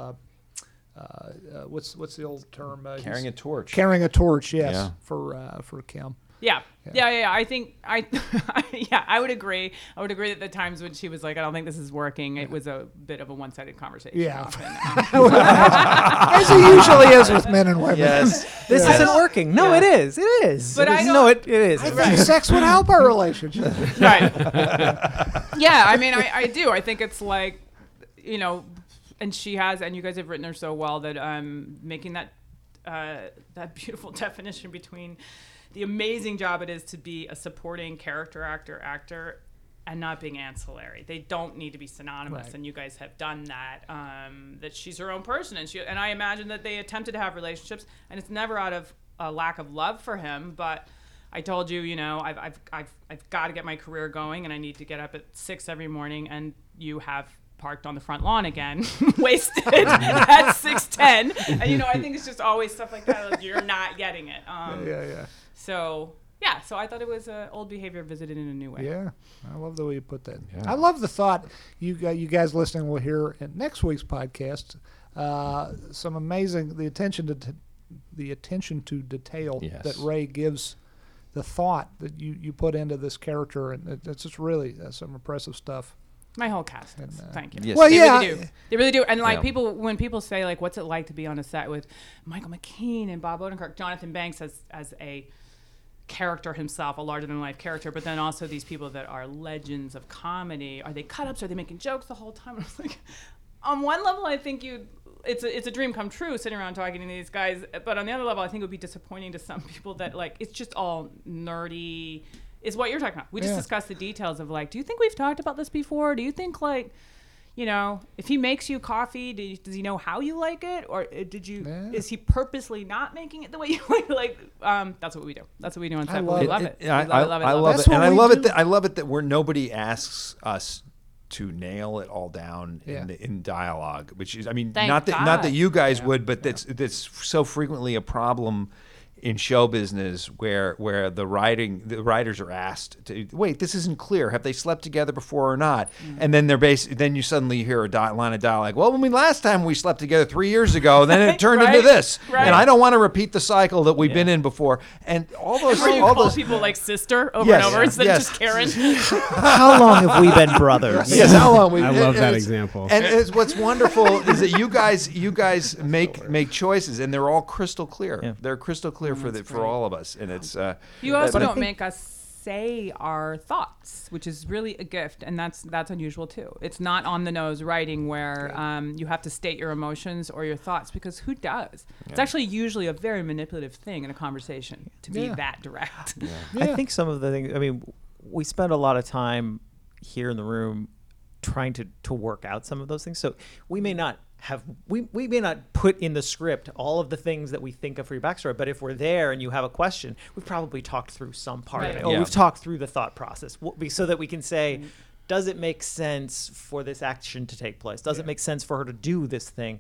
uh, uh, uh, what's what's the old term? Uh, he's- Carrying a torch. carrying a torch, yes, Yeah. for uh, for Kim. Yeah. Yeah. yeah, yeah. I think I, yeah, I would agree. I would agree that the times when she was like, "I don't think this is working," it was a bit of a one-sided conversation. Yeah. often. As he usually is with men and women. Yes. This Yeah. isn't working. No, Yeah. it is. It is. But It I is. don't- no, it, it is. I think sex would help our relationship. right. yeah, I mean, I, I do. I think it's like, you know, and she has, and you guys have written her so well that um, making that uh, that beautiful definition between the amazing job it is to be a supporting character actor actor and not being ancillary. They don't need to be synonymous, Right. and you guys have done that. Um, that she's her own person, and she and I imagine that they attempted to have relationships, and it's never out of a lack of love for him, but. I told you, you know, I've, I've, I've, I've got to get my career going and I need to get up at six every morning and you have parked on the front lawn again, wasted at 6.10. And, you know, I think it's just always stuff like that. Like, you're not getting it. Um, yeah, yeah, So, yeah. So I thought it was uh, old behavior visited in a new way. yeah. I love the way you put that. Yeah. I love the thought you gu- you guys listening will hear in next week's podcast. Uh, some amazing the attention to t- the attention to detail Yes. that Ray gives. The thought that you, you put into this character, and it, it's just really uh, some impressive stuff. My whole cast. And, is. uh, Thank you. Yes. Well, they yeah. really do. They really do. And like Yeah. people, when people say like, "What's it like to be on a set with Michael McKean and Bob Odenkirk?" Jonathan Banks as as a character himself, a larger than life character, but then also these people that are legends of comedy. Are they cut ups? Are they making jokes the whole time? I was like, on one level, I think you. It's a, it's a dream come true sitting around talking to these guys but on the other level i think it would be disappointing to some people that like it's just all nerdy is what you're talking about. We just Yeah. discussed the details of like, do you think we've talked about this before? Do you think like, you know, if he makes you coffee, do you, does he know how you like it, or uh, did you? Yeah. Is he purposely not making it the way you like? Like, um, that's what we do. That's what we do on I set. but love we it. love it. We I, love it. love it, I love love it. it, That's and what I we love do. it. That, I love it that where nobody asks us to nail it all down Yeah. in the, in dialogue, which is, I mean, Thank not that not that God. you guys would, but that's that's so frequently a problem in show business where where the writing the writers are asked to wait this isn't clear have they slept together before or not Mm. and then they're bas- then you suddenly hear a di- line of dialogue well when we last time we slept together 3 years ago then it turned Right, into this right. and I don't want to repeat the cycle that we've been in before and all those Where you all call those people like sister over Yes. and over instead Yes. of just Karen. How long have we been brothers? Yes, how long we- I love that it's- example. And it's, what's wonderful is that you guys, you guys make make choices, and they're all crystal clear. Yeah. They're crystal clear for the, for all of us, and it's. Uh, Mm, You also but I don't think- make us say our thoughts, which is really a gift, and that's that's unusual too. It's not on the nose writing where um, you have to state your emotions or your thoughts because who does? It's actually usually a very manipulative thing in a conversation to be Yeah. that direct. I think some of the things. I mean, we spend a lot of time here in the room trying to to work out some of those things. So we may not have we, we may not put in the script all of the things that we think of for your backstory, but if we're there and you have a question, we've probably talked through some part of Right. it, or Yeah. we've talked through the thought process, wh- be- so that we can say. Does it make sense for this action to take place? Does it make sense for her to do this thing?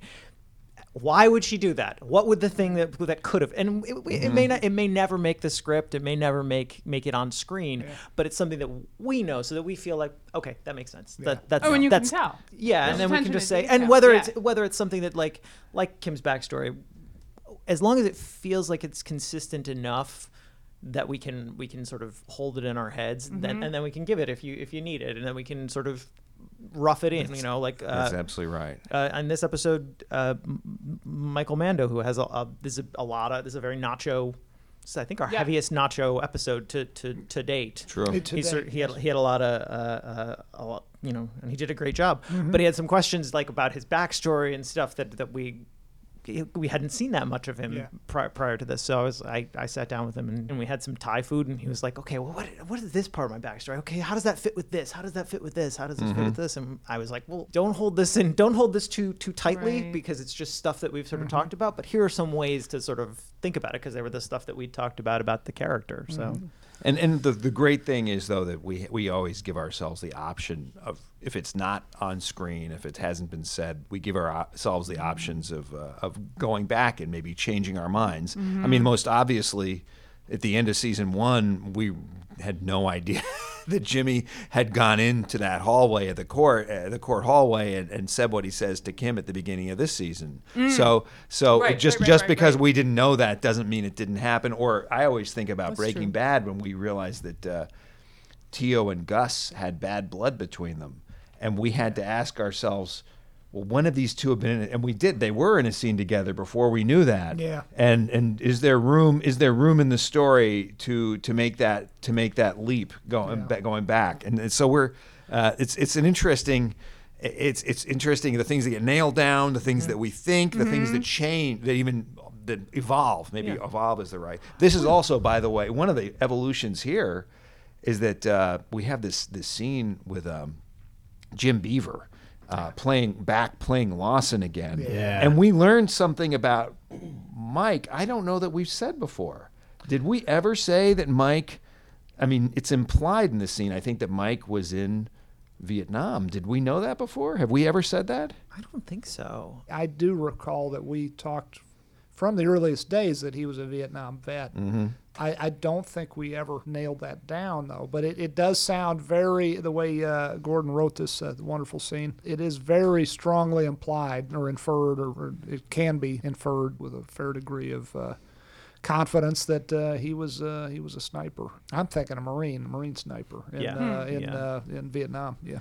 why would she do that? What would the thing that that could have? And it, it may not. It may never make the script. It may never make make it on screen. But it's something that we know, so that we feel like okay, that makes sense. That that's Oh, and you can that's- tell. Yeah, There's and then we can attention just to say, detail, and whether yeah. it's whether it's something that like like Kim's backstory, as long as it feels like it's consistent enough that we can we can sort of hold it in our heads then and then we can give it if you if you need it and then we can sort of rough it in you know like uh, that's absolutely right. uh, on this episode, uh, M- M- Michael Mando, who has a, a this is a lot of this is a very nacho. This is, I think our Yeah. heaviest nacho episode to to, to date. True. It- He, sort- Today, he had he had a lot of uh, uh, a lot, you know, and he did a great job. But he had some questions like about his backstory and stuff that that we we hadn't seen that much of him Yeah. prior, prior to this. So I was I, I sat down with him and, and we had some Thai food and he was like, okay, well what what is this part of my backstory? Okay, how does that fit with this? How does that fit with this? How does this fit with this? And I was like, well, don't hold this in, don't hold this too too tightly Right. because it's just stuff that we've sort of talked about. But here are some ways to sort of think about it because they were the stuff that we talked about about the character. So And and the the great thing is though that we we always give ourselves the option of if it's not on screen, if it hasn't been said, we give our- ourselves the options of uh, of going back and maybe changing our minds. I Mm-hmm. mean, most obviously, at the end of season one, we had no idea. That Jimmy had gone into that hallway at the court, uh, the court hallway, and, and said what he says to Kim at the beginning of this season. So, so Mm. Right, it just right, right, just right, because right. we didn't know that doesn't mean it didn't happen. Or I always think about That's Breaking true. Bad when we realized that uh, Tio and Gus had bad blood between them, and we had to ask ourselves, well, one of these two have been in it, and we did. They were in a scene together before we knew that. Yeah. And and is there room? Is there room in the story to to make that to make that leap going ba- going back? And, and so we're uh, it's it's an interesting. It's it's interesting the things that get nailed down, the things that we think, the things that change, that even that evolve. Maybe evolve is the right. This is also, by the way, one of the evolutions here is that uh, we have this this scene with um, Jim Beaver uh, playing back playing Lawson again, Yeah. and we learned something about Mike. I don't know that we've said before. Did we ever say that Mike? I mean, it's implied in this scene. I think that Mike was in Vietnam. Did we know that before? Have we ever said that? I don't think so. I do recall that we talked from the earliest days that he was a Vietnam vet. Mm-hmm. I, I don't think we ever nailed that down though, but it, it does sound very the way uh, Gordon wrote this uh, wonderful scene. It is very strongly implied or inferred, or, or it can be inferred with a fair degree of. Uh, confidence that uh, he was uh, he was a sniper. I'm thinking a marine, a marine sniper in Yeah. Hmm. uh, in Yeah. Mm-hmm. uh, in Vietnam. Yeah.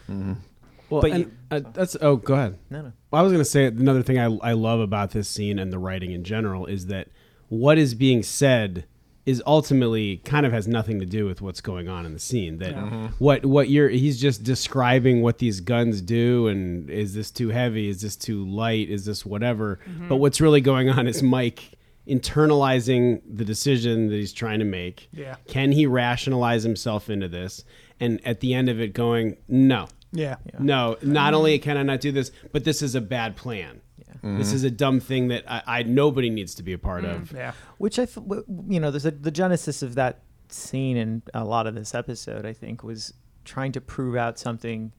Well, But and, you- uh, that's oh, go ahead. No, no. Well, I was going to say another thing I, I love about this scene and the writing in general is that what is being said is ultimately kind of has nothing to do with what's going on in the scene. That Mm-hmm. what what you're he's just describing what these guns do and Mm-hmm. is this too heavy? Is this too light? Is this whatever? But what's really going on is Mike internalizing the decision that he's trying to make. Yeah. Can he rationalize himself into this? And at the end of it, going, no, Yeah. no, not only can I not do this, but this is a bad plan. This is a dumb thing that I, I nobody needs to be a part of. Mm-hmm. Yeah. which I, f- w- you know, there's a, the genesis of that scene and a lot of this episode, I think, was trying to prove out something,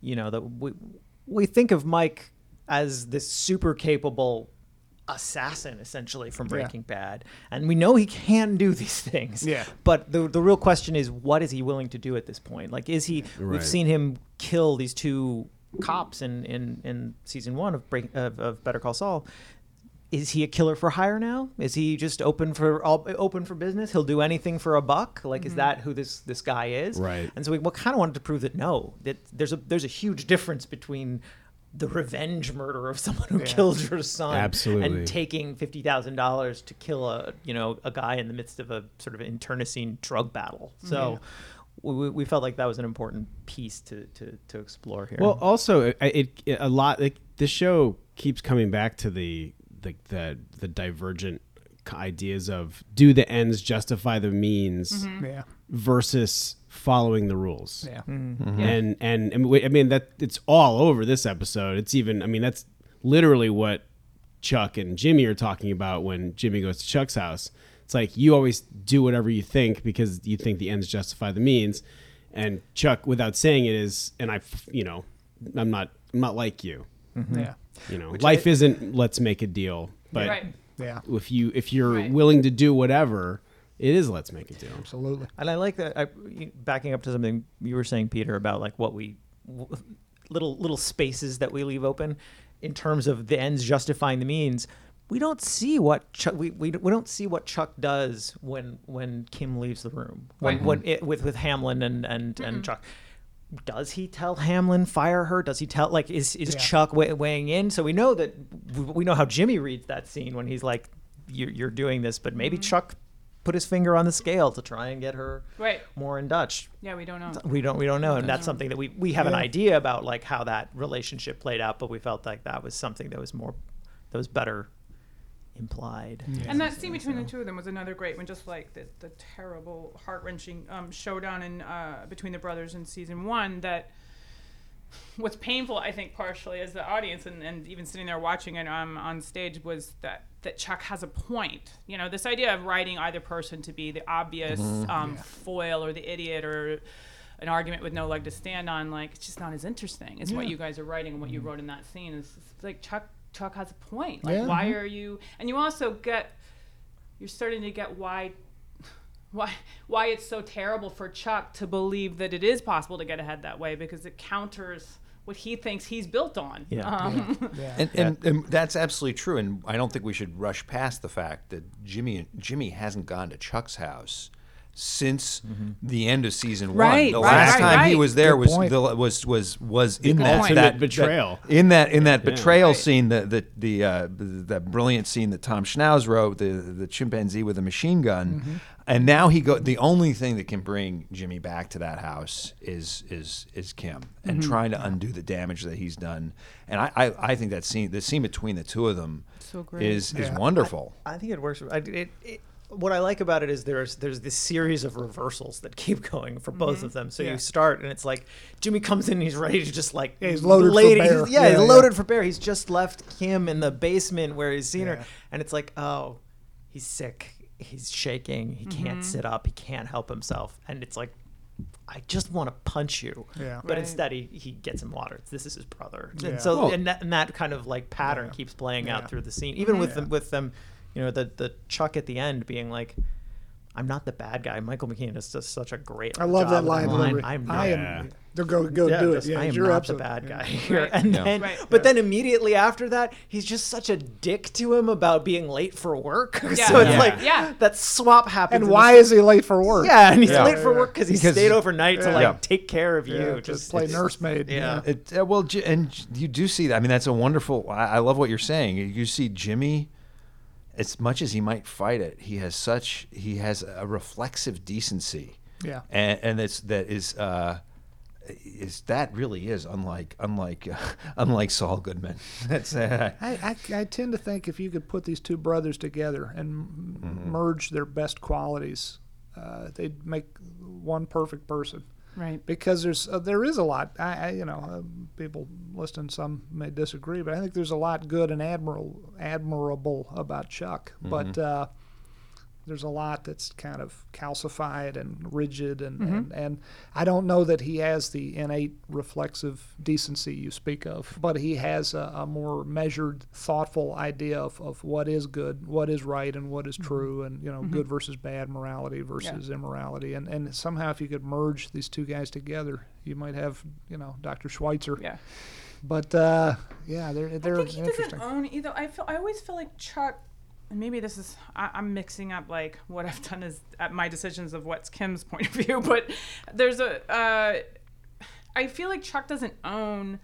you know, that we we think of Mike as this super capable assassin, essentially from Breaking Bad, and we know he can do these things. Yeah. But the the real question is, what is he willing to do at this point? Like, is he? Right. We've seen him kill these two cops in in, in season one of Break of, of Better Call Saul. Is he a killer for hire now? Is he just open for all open for business? He'll do anything for a buck. Like, is that who this this guy is? Right. And so we kind of wanted to prove that no, that there's a there's a huge difference between the revenge murder of someone who kills your son Absolutely. and taking fifty thousand dollars to kill a you know a guy in the midst of a sort of internecine drug battle. So we- we, we felt like that was an important piece to to, to explore here. Well, also it, it a lot. Like, this show keeps coming back to the the the, the divergent ideas of do the ends justify the means Yeah. versus following the rules. Mm-hmm. Yeah. And, and and we- I mean that it's all over this episode. It's even I mean that's literally what Chuck and Jimmy are talking about when Jimmy goes to Chuck's house. It's like you always do whatever you think because you think the ends justify the means. And Chuck, without saying it, is and I, f- you know, I'm not I'm not like you. Yeah. You know, life isn't let's make a deal, but Right. Yeah. if you if you're Right. willing to do whatever, it is let's make a deal. Absolutely. And I like that. I, you- backing up to something you were saying, Peter, about like what we w- little little spaces that we leave open in terms of the ends justifying the means. We don't see what Chuck, we, we, we don't see what Chuck does when when Kim leaves the room when, when it, with with Hamlin and and, and Chuck. Does he tell Hamlin fire her? Does he tell like is is Chuck wei- weighing in? So we know that we- we know how Jimmy reads that scene when he's like, "You're, you're doing this," but maybe Chuck put his finger on the scale to try and get her Right. more in Dutch. Yeah, we don't know. We don't we don't know, and that's something that we we have an idea about like how that relationship played out, but we felt like that was something that was more that was better implied. And that scene between the two of them was another great one, just like the, the terrible, heart wrenching um, showdown in uh, between the brothers in season one. That what's painful, I think, partially as the audience and, and even sitting there watching it um, on stage was that that Chuck has a point. You know, this idea of writing either person to be the obvious um, foil or the idiot or an argument with no leg to stand on, like it's just not as interesting as what you guys are writing and what you wrote in that scene. Is it's like Chuck Chuck has a point. Like, Yeah. why are you? And you also get you're starting to get why why why it's so terrible for Chuck to believe that it is possible to get ahead that way because it counters what he thinks he's built on. Yeah. Um, And, and, and that's absolutely true. And I don't think we should rush past the fact that Jimmy Jimmy hasn't gone to Chuck's house since the end of season one. Right, the right, last right, time he right. was there Good was point. the, was was was in The that, ultimate that betrayal. that- in that in that betrayal scene, the the the uh, that brilliant scene that Tom Schnauz wrote, the the chimpanzee with a machine gun. Mm-hmm. And now he go. The only thing that can bring Jimmy back to that house is is is Kim and Mm-hmm. trying to undo the damage that he's done. And I, I, I think that scene, the scene between the two of them, So great. is is wonderful. I think it works. I, it, it, what I like about it is there's there's this series of reversals that keep going for both of them. So Mm-hmm. Yeah. you start and it's like Jimmy comes in and he's ready to just like Yeah, he's loaded for lady- bear. he's- yeah, he's Yeah, yeah. loaded for bear. He's just left Kim in the basement where he's seen Yeah. her, and it's like oh, he's sick. He's shaking. He Mm-hmm. can't sit up. He can't help himself. And it's like, I just want to punch you. Yeah. But instead, he, he gets him water. This is his brother. Yeah. And so, Well- and, that, and that kind of like pattern keeps playing Yeah. out through the scene. Even with them, with them, you know, the the Chuck at the end being like, "I'm not the bad guy." Michael McKean does just such a great. I love job that with line. delivery. I'm not. I am. They're go go yeah, do it. just, Yeah, I am you're not the absolutely- bad guy Yeah. here. Right. And Yeah. then, Right. but then immediately after that, he's just such a dick to him about being late for work. Yeah. so it's Yeah. like Yeah. that swap happens. And in why the- is he late for work? yeah, and he's Yeah. late for work because he 'Cause- stayed overnight to like Yeah. take care of you. Yeah, just, play it's- nursemaid. yeah. It, uh, well, Ji- and J- you do see that. I mean, that's a wonderful. I, I love what you're saying. You- You see Jimmy, as much as he might fight it, he has such he has a reflexive decency. Yeah. and, and that's that is uh, is that really is unlike unlike uh, unlike Saul Goodman. That's uh, I, I, I tend to think if you could put these two brothers together and m merge their best qualities, uh, they'd make one perfect person. Right. Because there's uh, there is a lot. I, I you know uh, people listening some may disagree, but I think there's a lot good and admirable admirable about Chuck. But uh, there's a lot that's kind of calcified and rigid, and, and and I don't know that he has the innate reflexive decency you speak of, but he has a, a more measured, thoughtful idea of, of what is good, what is right, and what is true, and you know good versus bad, morality versus immorality, and and somehow if you could merge these two guys together, you might have you know Dr. Schweitzer. Yeah. But uh, yeah, they're they're I think he interesting. doesn't own either. I feel I always feel like Chuck. And maybe this is I, I'm mixing up like what I've done is uh, my decisions of what's Kim's point of view, but there's a. Uh, I feel like Chuck doesn't own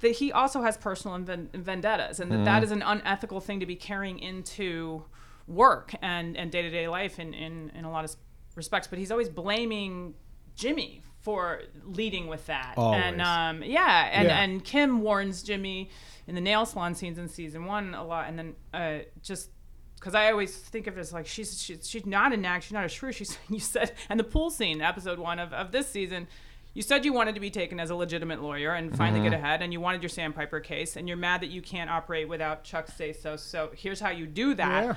that he also has personal inven- vendettas, and that Mm-hmm. that is an unethical thing to be carrying into work and and day to day life in, in in a lot of s- respects. But he's always blaming Jimmy for leading with that, and Always. um, yeah, and Yeah. and Kim warns Jimmy in the nail salon scenes in season one a lot, and then uh, just because I always think of it as like she's she's she's not a nag, she's not a shrew. She's you said, and the pool scene, episode one of of this season. You said you wanted to be taken as a legitimate lawyer and finally get Mm-hmm. ahead, and you wanted your Sandpiper case, and you're mad that you can't operate without Chuck say so. So here's how you do that, Yeah.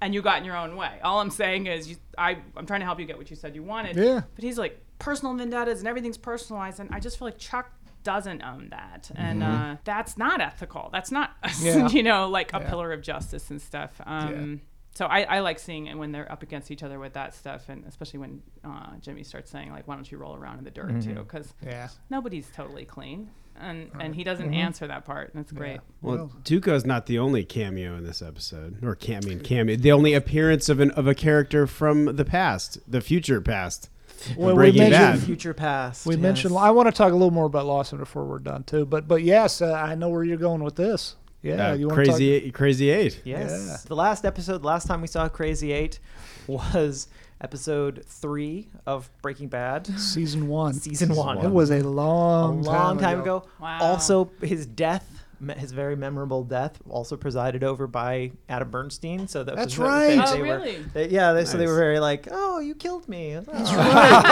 and you got in your own way. All I'm saying is, you, I I'm trying to help you get what you said you wanted. Yeah. But he's like personal vendettas and everything's personalized, and I just feel like Chuck doesn't own that, and uh, that's not ethical. That's not Mm-hmm. Yeah. you know like a pillar of justice and stuff. Um, Yeah. So I, I like seeing it when they're up against each other with that stuff, and especially when uh, Jimmy starts saying like, "Why don't you roll around in the dirt Mm-hmm. too?" Because Yeah. nobody's totally clean, and and he Mm-hmm. doesn't answer that part, and it's great. Well, Tuco's not the only cameo in this episode, or cam- I mean cameo, the only appearance of an of a character from the past, the future past. Well, we Breaking mentioned- Bad. Future past. We yes. mentioned. I want to talk a little more about Lawson before we're done too. But but yes, uh, I know where you're going with this. Yeah, Uh, you want crazy, Eight- crazy eight. Yes. Yeah. The last episode, the last time we saw Crazy Eight was episode three of Breaking Bad, to talk season one. season one. It was a a long, long time ago. Wow. Also, his death, me- his very memorable death, also presided over by Adam Bernstein. So that That's was right. They, Oh, they were- really? they- yeah. They, So they Nice. were very like, "Oh, you killed me." That's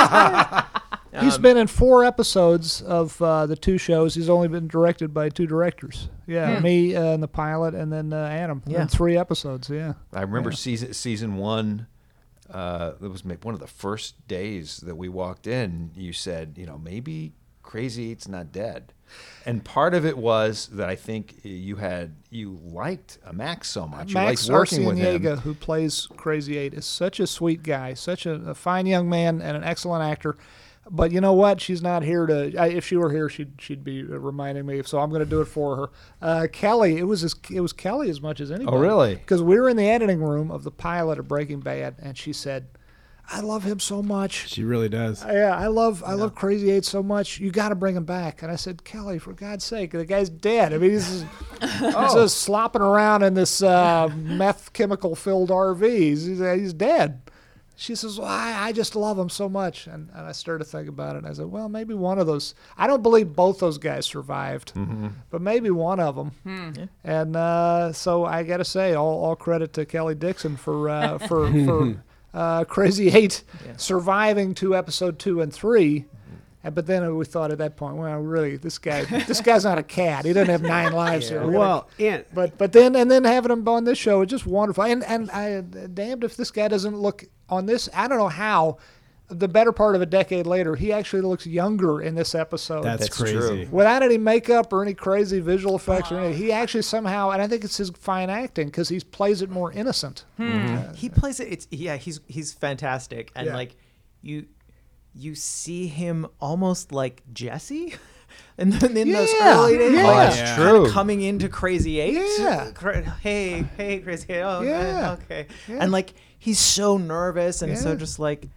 Um, He's been in four episodes of uh, the two shows. He's only been directed by two directors. Hmm. Yeah, me uh, and the pilot, and then uh, Adam. Yeah. in three episodes. Yeah, I remember season season one. Uh, it was ma- one of the first days that we walked in. You said, you know, maybe Crazy Eight's not dead, and part of it was that I think you had you liked uh, Max so much, Max you liked working with him. Arciniega, who plays Crazy Eight, is such a sweet guy, such a, a fine young man, and an excellent actor. But you know what? She's not here to. I, if she were here, she'd she'd be reminding me. So I'm going to do it for her. Uh, Kelly, it was as, it was Kelly as much as anybody. Oh, really? Because we were in the editing room of the pilot of Breaking Bad, and she said, "I love him so much. She really does. Yeah, I love I love Crazy Eight so much. You got to bring him back. And I said, Kelly, for God's sake, the guy's dead. I mean, he's just, he's just slopping around in this uh, meth chemical filled RV. He's, he's, he's dead. She says, well, I, I just love him so much. And, and I started to think about it. And I said, well, maybe one of those. I don't believe both those guys survived, but maybe one of them. And uh, so I got to say, all, all credit to Kelly Dixon for uh, for for uh, Crazy Eight surviving to episode two and three. And, but then we thought at that point, well, really, this guy this guy's not a cat. He doesn't have nine lives here. We're gonna- Well, and but but then and then having him on this show is just wonderful. And and I damned if this guy doesn't look on this. I don't know how. The better part of a decade later, he actually looks younger in this episode that's, That's crazy. true. without any makeup or any crazy visual effects or anything. He actually somehow, and I think it's his fine acting because he plays it more innocent. "Oh, Hmm. he plays it. It's yeah. He's he's fantastic, and Yeah. like you, you see him almost like Jesse. In, the, in those Yeah, early days, yeah. Oh, like, that's kinda true. coming into Crazy Eight, Yeah. Cra- Hey, hey, Crazy Eight. Oh, Yeah. yeah. okay. And like he's so nervous and so Yeah. just like,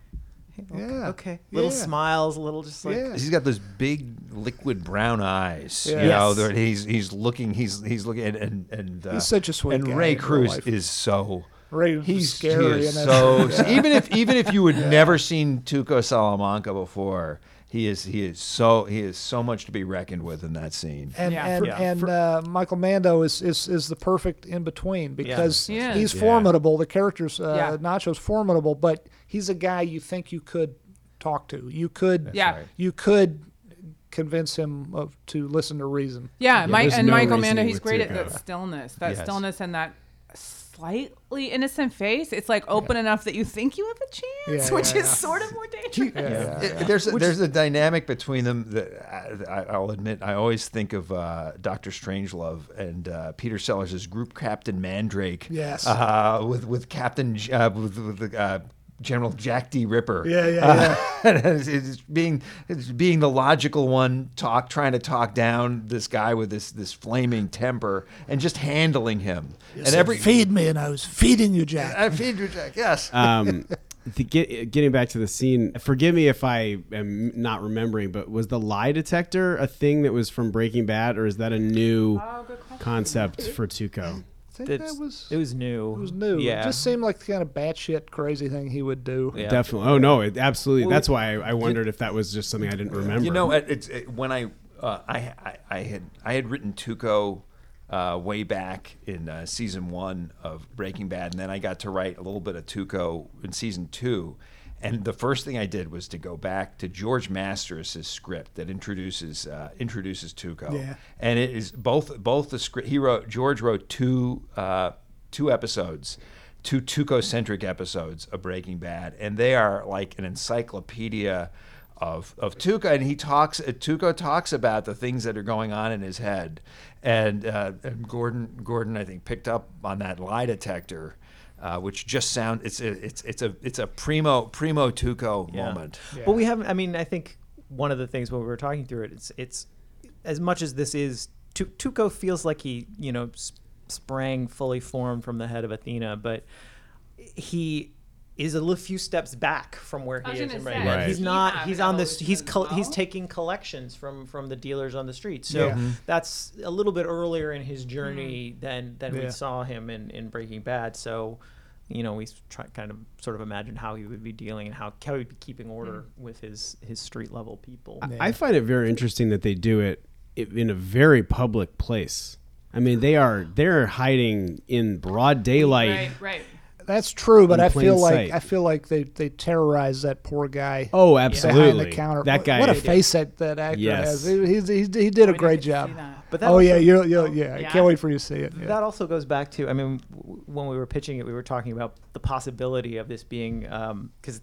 hey, okay, Yeah. okay. Little Yeah. smiles, little just like Yeah. He's got those big liquid brown eyes. Yeah. You know, Yes. that he's he's looking he's he's looking and and, and uh, He's such a sweet And guy Ray in real Cruz life. is so Ray was he's scary He in is that so even if even if you had never seen Tuco Salamanca before, He is he is so he is so much to be reckoned with in that scene. And Yeah. and, Yeah. and uh, Michael Mando is, is is the perfect in between because He is. he's Yeah. formidable. The character's uh, Yeah. Nacho's formidable, but he's a guy you think you could talk to. You could Yeah. right. you could convince him of to listen to reason. Yeah, Mi- there's and no Michael Mando, reasoning he's with great at Zuko. that stillness, that Yes. stillness and that slightly innocent face. It's like open enough that you think you have a chance, Yeah, which yeah, is yeah. sort of more dangerous. It- There's a, there's a dynamic between them that uh, I, I- I'll admit I always think of uh, Doctor Strangelove and uh, Peter Sellers as Group Captain Mandrake. Yes. Uh, with with Captain J- uh, with, with uh, General Jack D. Ripper. Yeah, yeah, yeah. it's, it's being it's being the logical one, talk trying to talk down this guy with this this flaming temper and just handling him. and every me, and I was feeding you, Jack. I feed you, Jack. Yes. um, the, get, getting back to the scene, forgive me if I am not remembering, but was the lie detector a thing that was from Breaking Bad, or is that a new concept for Tuco? I think It's- that was it was new. it was new. Yeah. It just seemed like the kind of batshit crazy thing he would do. Yeah. Definitely. Oh no, it, absolutely. That's why I, I wondered if that was just something I didn't remember. You know, it, it's it, when I, uh, I I I had I had written Tuco uh, way back in uh, season one of Breaking Bad, and then I got to write a little bit of Tuco in season two. And the first thing I did was to go back to George Masters' script that introduces uh, introduces Tuco, Yeah. and it is both both the script he wrote. George wrote two uh, two episodes, two Tuco centric episodes of Breaking Bad, and they are like an encyclopedia of of Tuco. And he talks uh, Tuco talks about the things that are going on in his head, and, uh, and Gordon Gordon I think picked up on that lie detector. Uh, which just sound it's a, it's it's a it's a primo primo Tuco Yeah. moment. But we haven't. I mean, I think one of the things when we were talking through it, it's it's as much as this is Tu- Tuco feels like he you know sp- sprang fully formed from the head of Athena, but he is a little few steps back from where he I was is. gonna in Breaking say, Bad. Right. He's he not. had He's it on always this. He's been col- he's well. taking collections from from the dealers on the street. So Yeah. Mhm. that's a little bit earlier in his journey than than Yeah. we saw him in in Breaking Bad. So you know, we s- try, kind of sort of imagine how he would be dealing and how, how he'd be keeping order with his his street level people. I find it very interesting that they do it i- in a very public place. I mean, they are they're hiding in broad daylight. Right, right. That's true, but In I plain feel sight. like I feel like they they terrorize that poor guy. Oh, Say hi absolutely. on the counter. That What- guy. What a face that, that actor Yes. has. He, he's- he's- he did a I great could see job. that. But that Oh yeah, also- you're, you're, yeah. I yeah. can't wait for you to see it. Yeah. That also goes back to, I mean, w- when we were pitching it, we were talking about the possibility of this being, because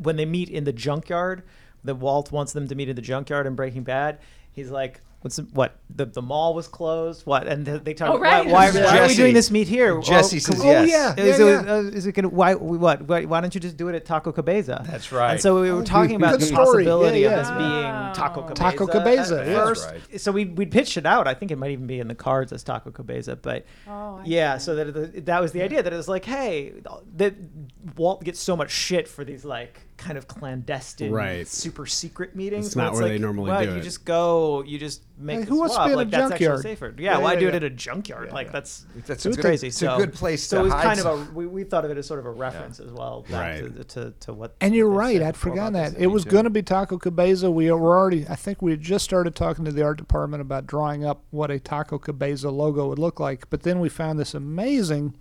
when they meet in the junkyard, the Walt wants them to meet in the junkyard in Breaking Bad. He's like, what's the- what? The, the mall was closed. What? And they, they talk. Oh, right. Why, why, why are we Jesse- doing this meet here? Jesse Oh, says oh, yes. yeah. Yeah, is, It, yeah. uh, is it gonna? Why? we- What? Why, why don't you just do it at Taco Cabeza? That's right. And so we Oh, were talking about good the story. possibility Yeah, yeah. of this Oh. being Taco Cabeza. Taco at Cabeza, yeah. first. That's right. So we we pitched it out. I think it might even be in the cards as Taco Cabeza, but Oh, I yeah. So that it- that was the idea that it was like, hey, that Walt gets so much shit for these like kind of clandestine, Right. super secret meetings. It's not where they like, normally well, do You it. just go. You just make Like, the who wants to swap. be in a like that's junkyard? actually safer. Yeah, Yeah, why yeah, do it yeah. at a junkyard? like that's That's that's a it's good- crazy. it's a so good place So to it was hide kind of some- a we, we thought of it as sort of a reference as well, back Right. to, to to what. And you're they right. said I'd before forgotten about this. that. It was going to be Taco Cabeza. We were already, I think we had just started talking to the art department about drawing up what a Taco Cabeza logo would look like. But then we found this amazing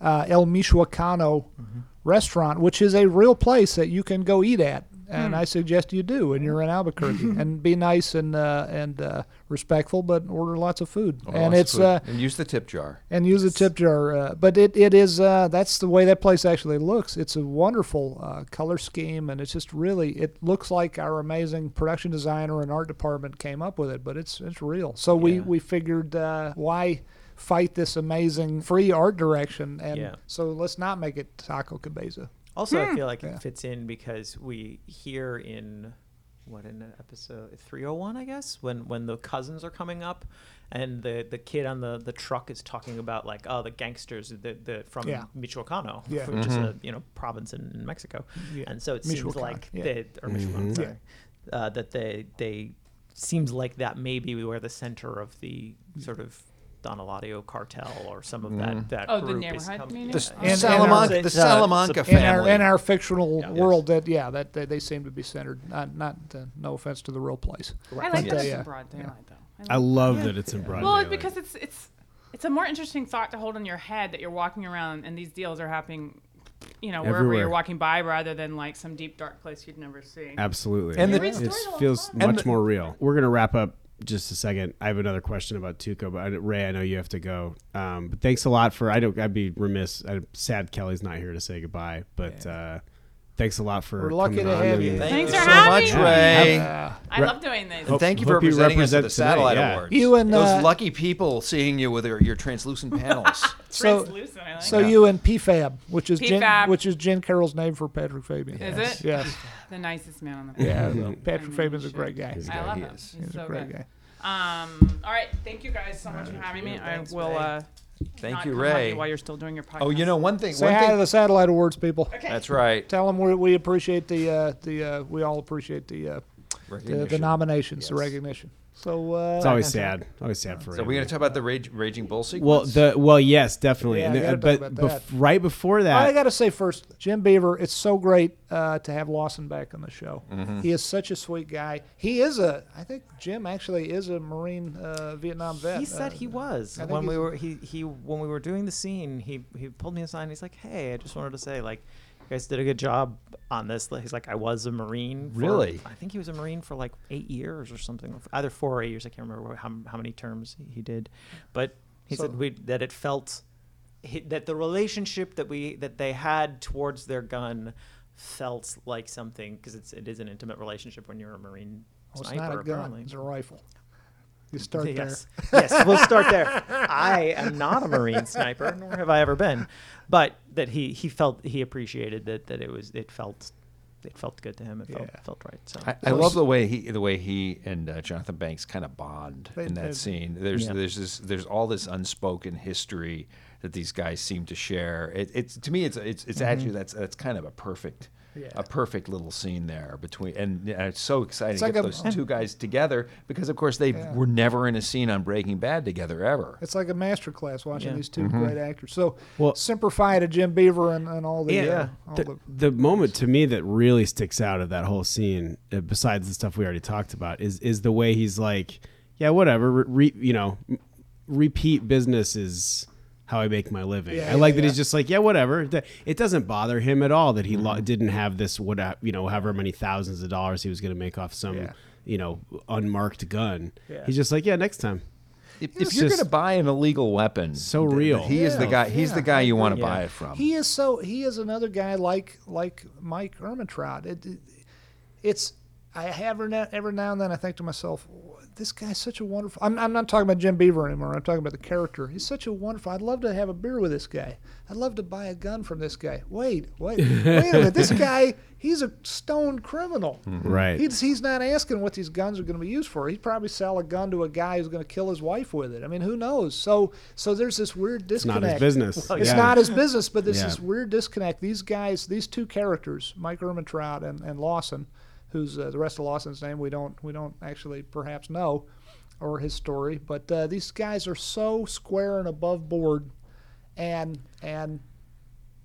uh, El Michoacano Mm-hmm. restaurant, which is a real place that you can go eat at. And Hmm. I suggest you do when you're in Albuquerque and be nice and uh, and uh, respectful, but order lots of food. and it's Uh, Oh, and use the tip jar. and use a tip jar. Uh, but it, it is uh, that's the way that place actually looks. It's a wonderful uh, color scheme, and it's just really it looks like our amazing production designer and art department came up with it. But it's it's real. So we Yeah. we figured uh, why fight this amazing free art direction, and Yeah. so let's not make it Taco Cabeza. Also, I feel like Yeah. it fits in because we hear in what in episode 301, I guess, when when the cousins are coming up, and the the kid on the the truck is talking about like oh the gangsters the, the from Yeah. Michoacano, Yeah. which is a you know province in, in Mexico, Yeah. and so it seems Michoacan, like yeah. they or Michoacan, Yeah. sorry, uh, that they they seems like that may be where the center of the sort of Don Eladio cartel or some of that that Oh, the group neighborhood is coming. community? The, And- the and Salamanca, our- the uh, Salamanca in in family. our in our fictional Yeah. world that yeah that, that they seem to be centered not not uh, no offense to the real place uh, I like Yeah. that it's Yeah. in broad daylight, though. I I love that it's in broad Well, it's daylight. because it's it's it's a more interesting thought to hold in your head that you're walking around and these deals are happening, you know, wherever Everywhere. you're walking by, rather than like some deep dark place you'd never see. Absolutely. And And the- Every story it all the feels time. much And the- more real. We're going to wrap up just a second. I have another question about Tuco, but I, Ray, I know you have to go. Um, but thanks a lot for, I don't, I'd be remiss. I'm sad Kelly's not here to say goodbye, but, uh, thanks a lot for We're lucky coming to on have and- you. Thank Thanks you for so having much, me. Ray. Uh, I Re- love doing these. Oh, And thank you for Hope you representing us at represent the today, Satellite yeah. Awards. You and, uh, those lucky people seeing you with your, your translucent panels. so Translucent, I like so that. you and PFAB which is Jen, PFAB. which is Jen Carroll's name for Patrick Fabian Is Yes. it? yes the nicest man on the planet. yeah Patrick I Fabian's a should. great guy He's a I guy, love he him. is. He's, he's so a great good. guy Um, all right, thank you guys so much for having me. I will. Uh, Thank not you, come hug Ray. While you're still doing your podcast. oh, you know one thing. say one hi to thing the Satellite Awards people that's right. tell them we, we appreciate the uh, the uh, we all appreciate the uh, the, the Recognition. nominations the Yes. recognition so uh, It's always sad. Always sad for So we're going to talk about the rage, Raging Bull sequence. Well, the, well, yes, definitely. Yeah, And I the- gotta but talk bef- about that. right before that, I got to say first, Jim Beaver, it's so great uh, to have Lawson back on the show. He is such a sweet guy. He is a, I think Jim actually is a Marine uh, Vietnam vet. He said Uh, he was I think when we he's- were he, he when we were doing the scene. He he pulled me aside. and He's like, "Hey, I just wanted to say like, you guys did a good job on this." Like, He's like, "I was a marine. for- Really? I think he was a marine for like eight years or something, either four or eight years. I can't remember how how many terms he did, but he So- said we that it felt he, that the relationship that we that they had towards their gun felt like something because it's it is an intimate relationship when you're a marine Well, Oh, it's sniper not a gun. apparently. It's a rifle. You start Yes. yes, we'll start there. I am not a Marine sniper, nor have I ever been, but that he he felt he appreciated that that it was it felt it felt good to him. It felt Yeah. felt right. So I, I love the way he the way he and uh, Jonathan Banks kind of bond They- in that they- scene. There's Yeah. there's this there's all this unspoken history that these guys seem to share. It, it's to me it's it's, it's actually that's that's kind of a perfect Mm-hmm. Yeah. a perfect little scene there between and, uh, it's so exciting It's to like get a- those two guys together because of course they Yeah. were never in a scene on Breaking Bad together ever. It's like a master class watching Yeah. these 2 great actors. So Well- Semper Fi to Jim Beaver and, and all the Yeah. uh, all the, the the moment to me that really sticks out of that whole scene, uh, besides the stuff we already talked about, is is the way he's like, yeah, whatever, re, re- you know, m- repeat business is how I make my living. Yeah, I like yeah, that yeah. he's just like, yeah, whatever. Th- It doesn't bother him at all that he lo- Mm-hmm. didn't have this what uh, you know, however many thousands of dollars he was going to make off some Yeah. you know unmarked gun. Yeah. He's just like, yeah, next time. If, if It's you're just gonna buy an illegal weapon, so th- th- real. He is the Yeah. guy. He's Yeah, the guy you want to Yeah. buy it from. He is so he is another guy like like Mike Ermintrout. It, it- it's I have every now, every now and then I think to myself, this guy's such a wonderful. I'm, I'm not talking about Jim Beaver anymore. I'm talking about the character. He's such a wonderful. I'd love to have a beer with this guy. I'd love to buy a gun from this guy. Wait, wait, wait a minute. This guy, he's a stoned criminal. Mm-hmm. Right. He's, he's not asking what these guns are going to be used for. He'd probably sell a gun to a guy who's going to kill his wife with it. I mean, who knows? So so there's this weird it's not his disconnect. business. It's Yeah. not his business, but this Yeah. is weird disconnect. These guys, these two characters, Mike Ermintrout and, and Lawson, who's uh, the rest of Lawson's name we don't we don't actually perhaps know, or his story. But uh, these guys are so square and above board, and and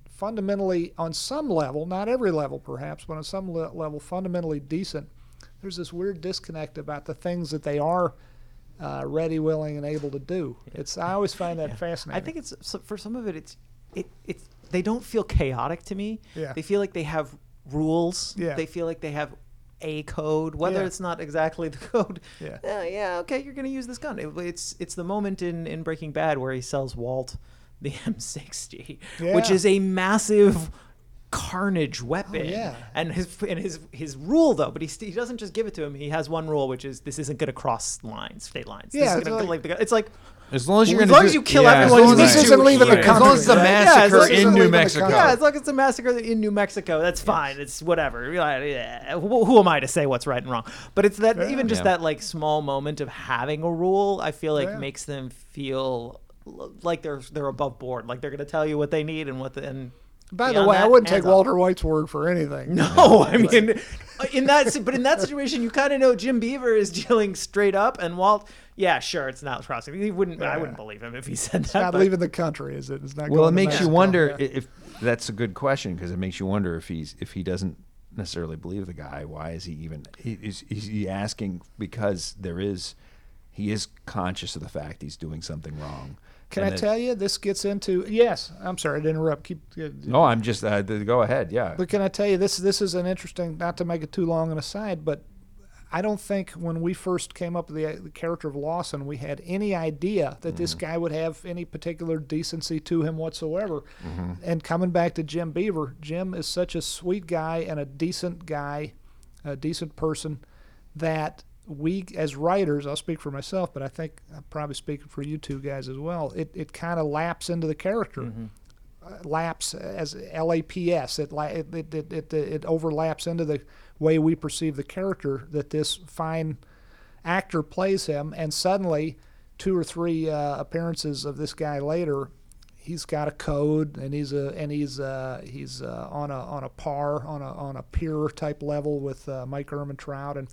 fundamentally on some level, not every level perhaps, but on some le- level fundamentally decent. There's this weird disconnect about the things that they are. Uh, ready, willing, and able to do. It's. I always find that fascinating. I think it's so for some of it. It's it it's they don't feel chaotic to me. Yeah. They feel like they have rules. Yeah. They feel like they have a code, whether Yeah. it's not exactly the code. Yeah. "Eh, yeah. Okay. You're gonna use this gun. It- it's it's the moment in in Breaking Bad where he sells Walt the M60, which Yeah. is a massive carnage weapon Oh, yeah. and his and his his rule though but he, st- he doesn't just give it to him he has one rule which is this isn't going to cross lines state lines Yeah, this is it's gonna go like- like the gun. it's like as long as you're as gonna long do- as you kill yeah, everyone, as long you This as you- isn't leaving the As long as the country, right? Yeah, as massacre long as it's in leaving New the Mexico. country. Yeah, as long as it's a massacre in New Mexico, that's fine. It's whatever. You're like, yeah, Who, who am I to say what's right and wrong? But it's that even just Yeah. that like small moment of having a rule, I feel like Yeah. makes them feel l- like they're they're above board. Like they're gonna tell you what they need and what the and By the Beyond way, I that, wouldn't take hands off. Walter White's word for anything. No, I mean, uh, in that, si- but in that situation, you kind of know Jim Beaver is dealing straight up, and Walt, yeah, sure, it's not crossing. He wouldn't, I wouldn't believe him if he said It's that. not but- leaving the country, is it? It's not Well, it going to makes you Mexico. wonder Yeah. i- if that's a good question because it makes you wonder if he's if he doesn't necessarily believe the guy. Why is he even? he- Is, is he asking because there is he is conscious of the fact he's doing something wrong? Can And I it- tell you? This gets into yes. I'm sorry to interrupt. Keep. No, I'm just uh, th- go ahead. Yeah, But can I tell you this? This is an interesting. Not to make it too long an aside, but I don't think when we first came up with the, the character of Lawson, we had any idea that this guy would have any particular decency to him whatsoever. And coming back to Jim Beaver, Jim is such a sweet guy and a decent guy, a decent person, that we as writers, I'll speak for myself, but I think I'm probably speaking for you two guys as well. It it kind of laps into the character laps as LAPS. It, la- it, it, it, it, it overlaps into the way we perceive the character that this fine actor plays him. And suddenly, two or three uh, appearances of this guy later, he's got a code and he's a and he's uh he's uh, on a on a par on a on a peer type level with uh, Mike Ehrmantraut and.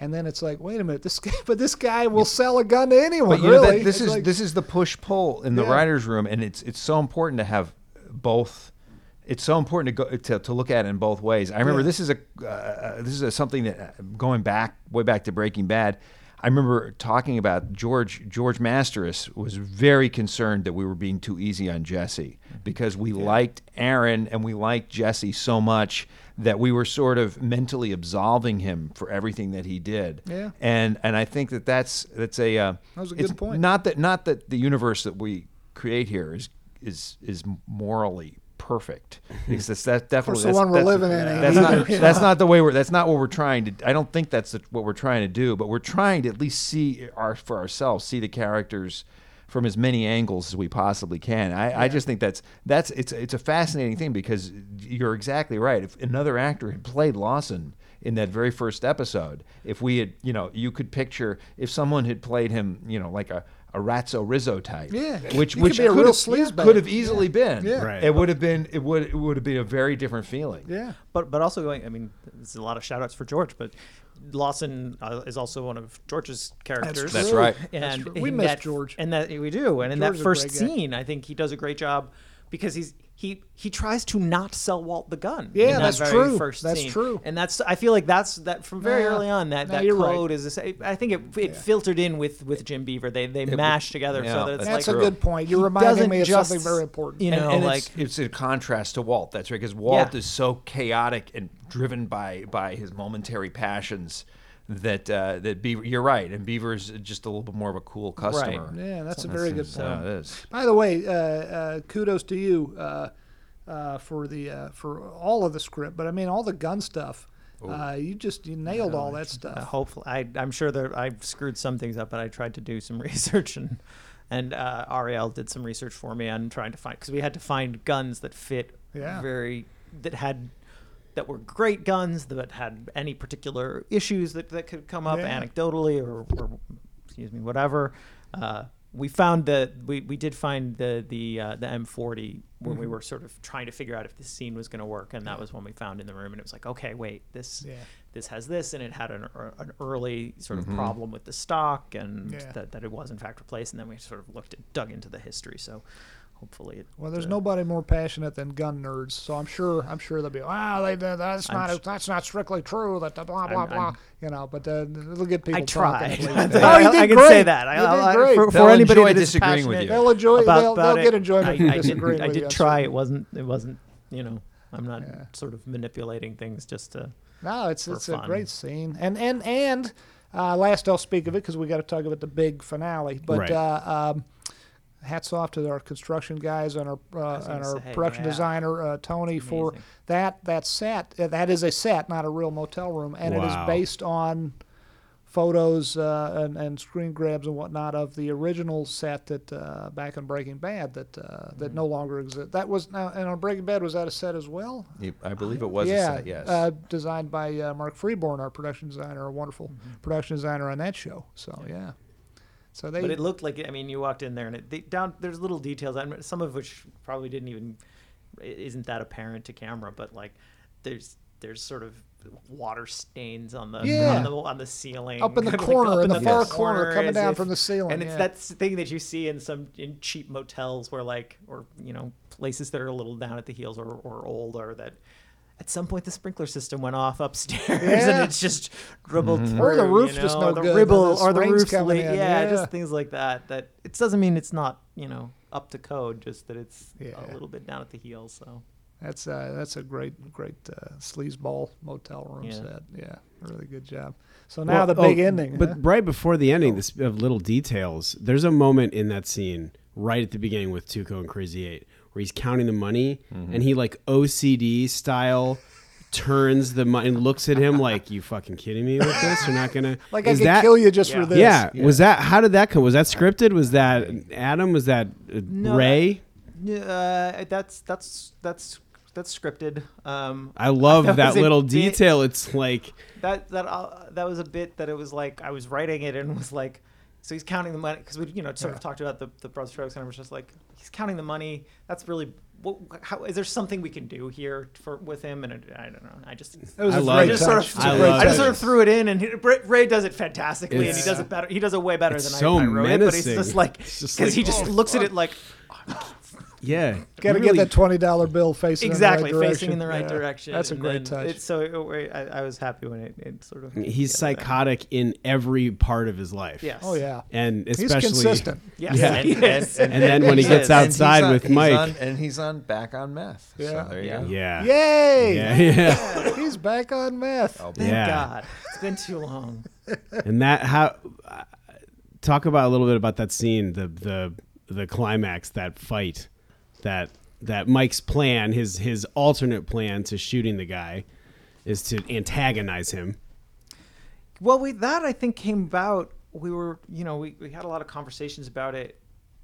And then it's like, wait a minute, this guy, but this guy will sell a gun to anyone. But you really, know that, this It's is like- this is the push pull in the Yeah. writers' room, and it's it's so important to have both. It's so important to go to, to look at it in both ways. I remember Yeah. this is a uh, uh, this is a, something that uh, going back way back to Breaking Bad. I remember talking about George George Masteris was very concerned that we were being too easy on Jesse because we liked Aaron and we liked Jesse so much that we were sort of mentally absolving him for everything that he did. Yeah. And and I think that that's that's a uh, That was a it's good point. Not that not that the universe that we create here is is is morally perfect. Because that's, that's course, definitely the that's- one we're that's- living in ain't That's either, not that's not the way we're that's not what we're trying to. I don't think that's what we're trying to do. But we're trying to at least see our for ourselves, see the characters from as many angles as we possibly can. I, I just think that's that's it's it's a fascinating thing because you're exactly right. If another actor had played Lawson in that very first episode, if we had, you know, you could picture if someone had played him, you know, like a a Ratzo Rizzo type, Yeah. which He could which be a could real have- sleazebag. could have easily been, Yeah. Right. It would have been it would it would have been a very different feeling. yeah. but but also going. I mean, there's a lot of shout outs for George, but Lawson uh, is also one of George's characters. That's true. right. And That's true. We in miss that- George. and that we do. And in George that is a first great guy. scene, I think he does a great job because he's. He, he tries to not sell Walt the gun. Yeah, in that that's very true. First That's scene. true. And that's I feel like that's that from very Yeah. early on that No, that you're code right. is the same. I think it, it filtered in with with Jim Beaver. They they mashed together yeah, so that it's that's like That's a true. good point. You're he reminding doesn't me of just- something very important. You And- know, and like it's, it's a contrast to Walt. That's right, because Walt Yeah. is so chaotic and driven by by his momentary passions that uh, that Beaver. You're right, and Beaver is just a little bit more of a cool customer. Yeah, that's a very good So point. it is. By the way, uh, uh, kudos to you uh, uh, for the uh, for all of the script, but I mean all the gun stuff. Uh, you just you nailed all that Uh, stuff. hopefully, I, I'm sure that I've screwed some things up, but I tried to do some research and and uh, Ariel did some research for me on trying to find because we had to find guns that fit Yeah. very that had that were great guns that had any particular issues that, that could come up Yeah. anecdotally or, or excuse me whatever. Uh, we found the we, we did find the the uh, the M40 when Mm-hmm. we were sort of trying to figure out if this scene was going to work, and that was when we found in the room, and it was like, okay, wait, this Yeah. this has this and it had an, ear- an early sort of problem with the stock and Yeah. that, that it was in fact replaced and then we sort of looked at dug into the history so hopefully it Well, there's uh, nobody more passionate than gun nerds, so I'm sure I'm sure they'll be. Wow, they, that- that's I'm not s- that's not strictly true. That the blah blah I'm- blah. I'm- you know, but uh, it'll get people. I tried. Oh, Talking, I, at least. I, you did can great. say that. I, You did I- great. For, for They'll anybody enjoy that is disagreeing with passionate you. They'll enjoy- About, they'll- about they'll get it, enjoyment I, from I did- disagreeing I with did you on try. certain- It wasn't. It wasn't. You know, I'm not sort of manipulating things just to. No, it's for it's a fun. great scene, and and and uh, last I'll speak of it because we got to talk about the big finale. But Right. uh, um, hats off to our construction guys and our uh, and gonna our say, production yeah. designer uh, Tony for Amazing. that that set. Uh, that is a set, not a real motel room, and it Wow. is based on photos uh, and, and screen grabs and whatnot of the original set that uh, back in Breaking Bad that uh, Mm-hmm. that no longer exists. That was now and on Breaking Bad was that a set as well? You- I believe it was. yeah, a set, yes. uh, designed by uh, Mark Freeborn, our production designer, a wonderful Mm-hmm. production designer on that show. So yeah, so they But it looked like. it- I mean, you walked in there and it, they, down there's little details. I'm, some of which probably didn't even i- isn't that apparent to camera, but like there's there's sort of water stains on the Yeah. on the, on the ceiling Up in the like, corner, up in the far far corner, coming as down if- from the ceiling, and it's yeah. that s- thing that you see in some in cheap motels where like or you know places that are a little down at the heels or, or old or that at some point the sprinkler system went off upstairs Yeah. Mm-hmm. and it's just dribbled through Or the you roof just know, no or the good, and ribble this or the rain's roof's coming leak. in, yeah, yeah. just things like that that it doesn't mean it's not you know up to code just that it's Yeah. a little bit down at the heels so That's uh, that's a great great uh, sleazeball motel room Yeah. set. Yeah, really good job. So now Well, the oh, big ending. But huh? right before the Oh. ending, this of little details. There's a moment in that scene right at the beginning with Tuco and Crazy Eight where he's counting the money Mm-hmm. and he like OCD style turns the money and looks at him like, "You fucking kidding me with this? You're not gonna like I is could that- kill you just for yeah. this. Yeah. was that how did that come? Was that scripted? Was that Adam? Was that uh, No, Ray? uh, that's that's that's that's scripted um I love That that, was a little bit- detail. It's like that that uh, that was a bit that it was like I was writing it and was like, so he's counting the money because we you know sort of talked about the the broad strokes and I was just like he's counting the money. That's really what how is there something we can do here for with him and it, I don't know. I just It was I a love I great it. just sort touch. of It's I a I, great love just touch. sort of threw it in and he, Ray, Ray does it fantastically and he It's- does it better. He does it way better it's than so I, I wrote it. But he's menacing. just like It's just because he like, just looks at it like yeah. Got to really- get that twenty dollar bill facing exactly in the right facing in the right Yeah, direction. That's a and great then touch. It, so it, I, I was happy when it, it sort of He's yeah, that- psychotic in every part of his life. Yes. oh yeah, and he's especially consistent. Yes. Yeah. And- and- and- And then when he gets Yes. And he's outside on- with he's Mike. on- and he's on back on meth. Yeah. Yeah, so there you Yeah. go. Yeah. Yay! Yeah, yeah. He's back on meth. I'll be- Thank Yeah. God. It's been too long. and that how uh, talk about a little bit about that scene, the the the climax, that fight, that that Mike's plan, his his alternate plan to shooting the guy, is to antagonize him. Well, we that I think came about. We were, you know, we, we had a lot of conversations about it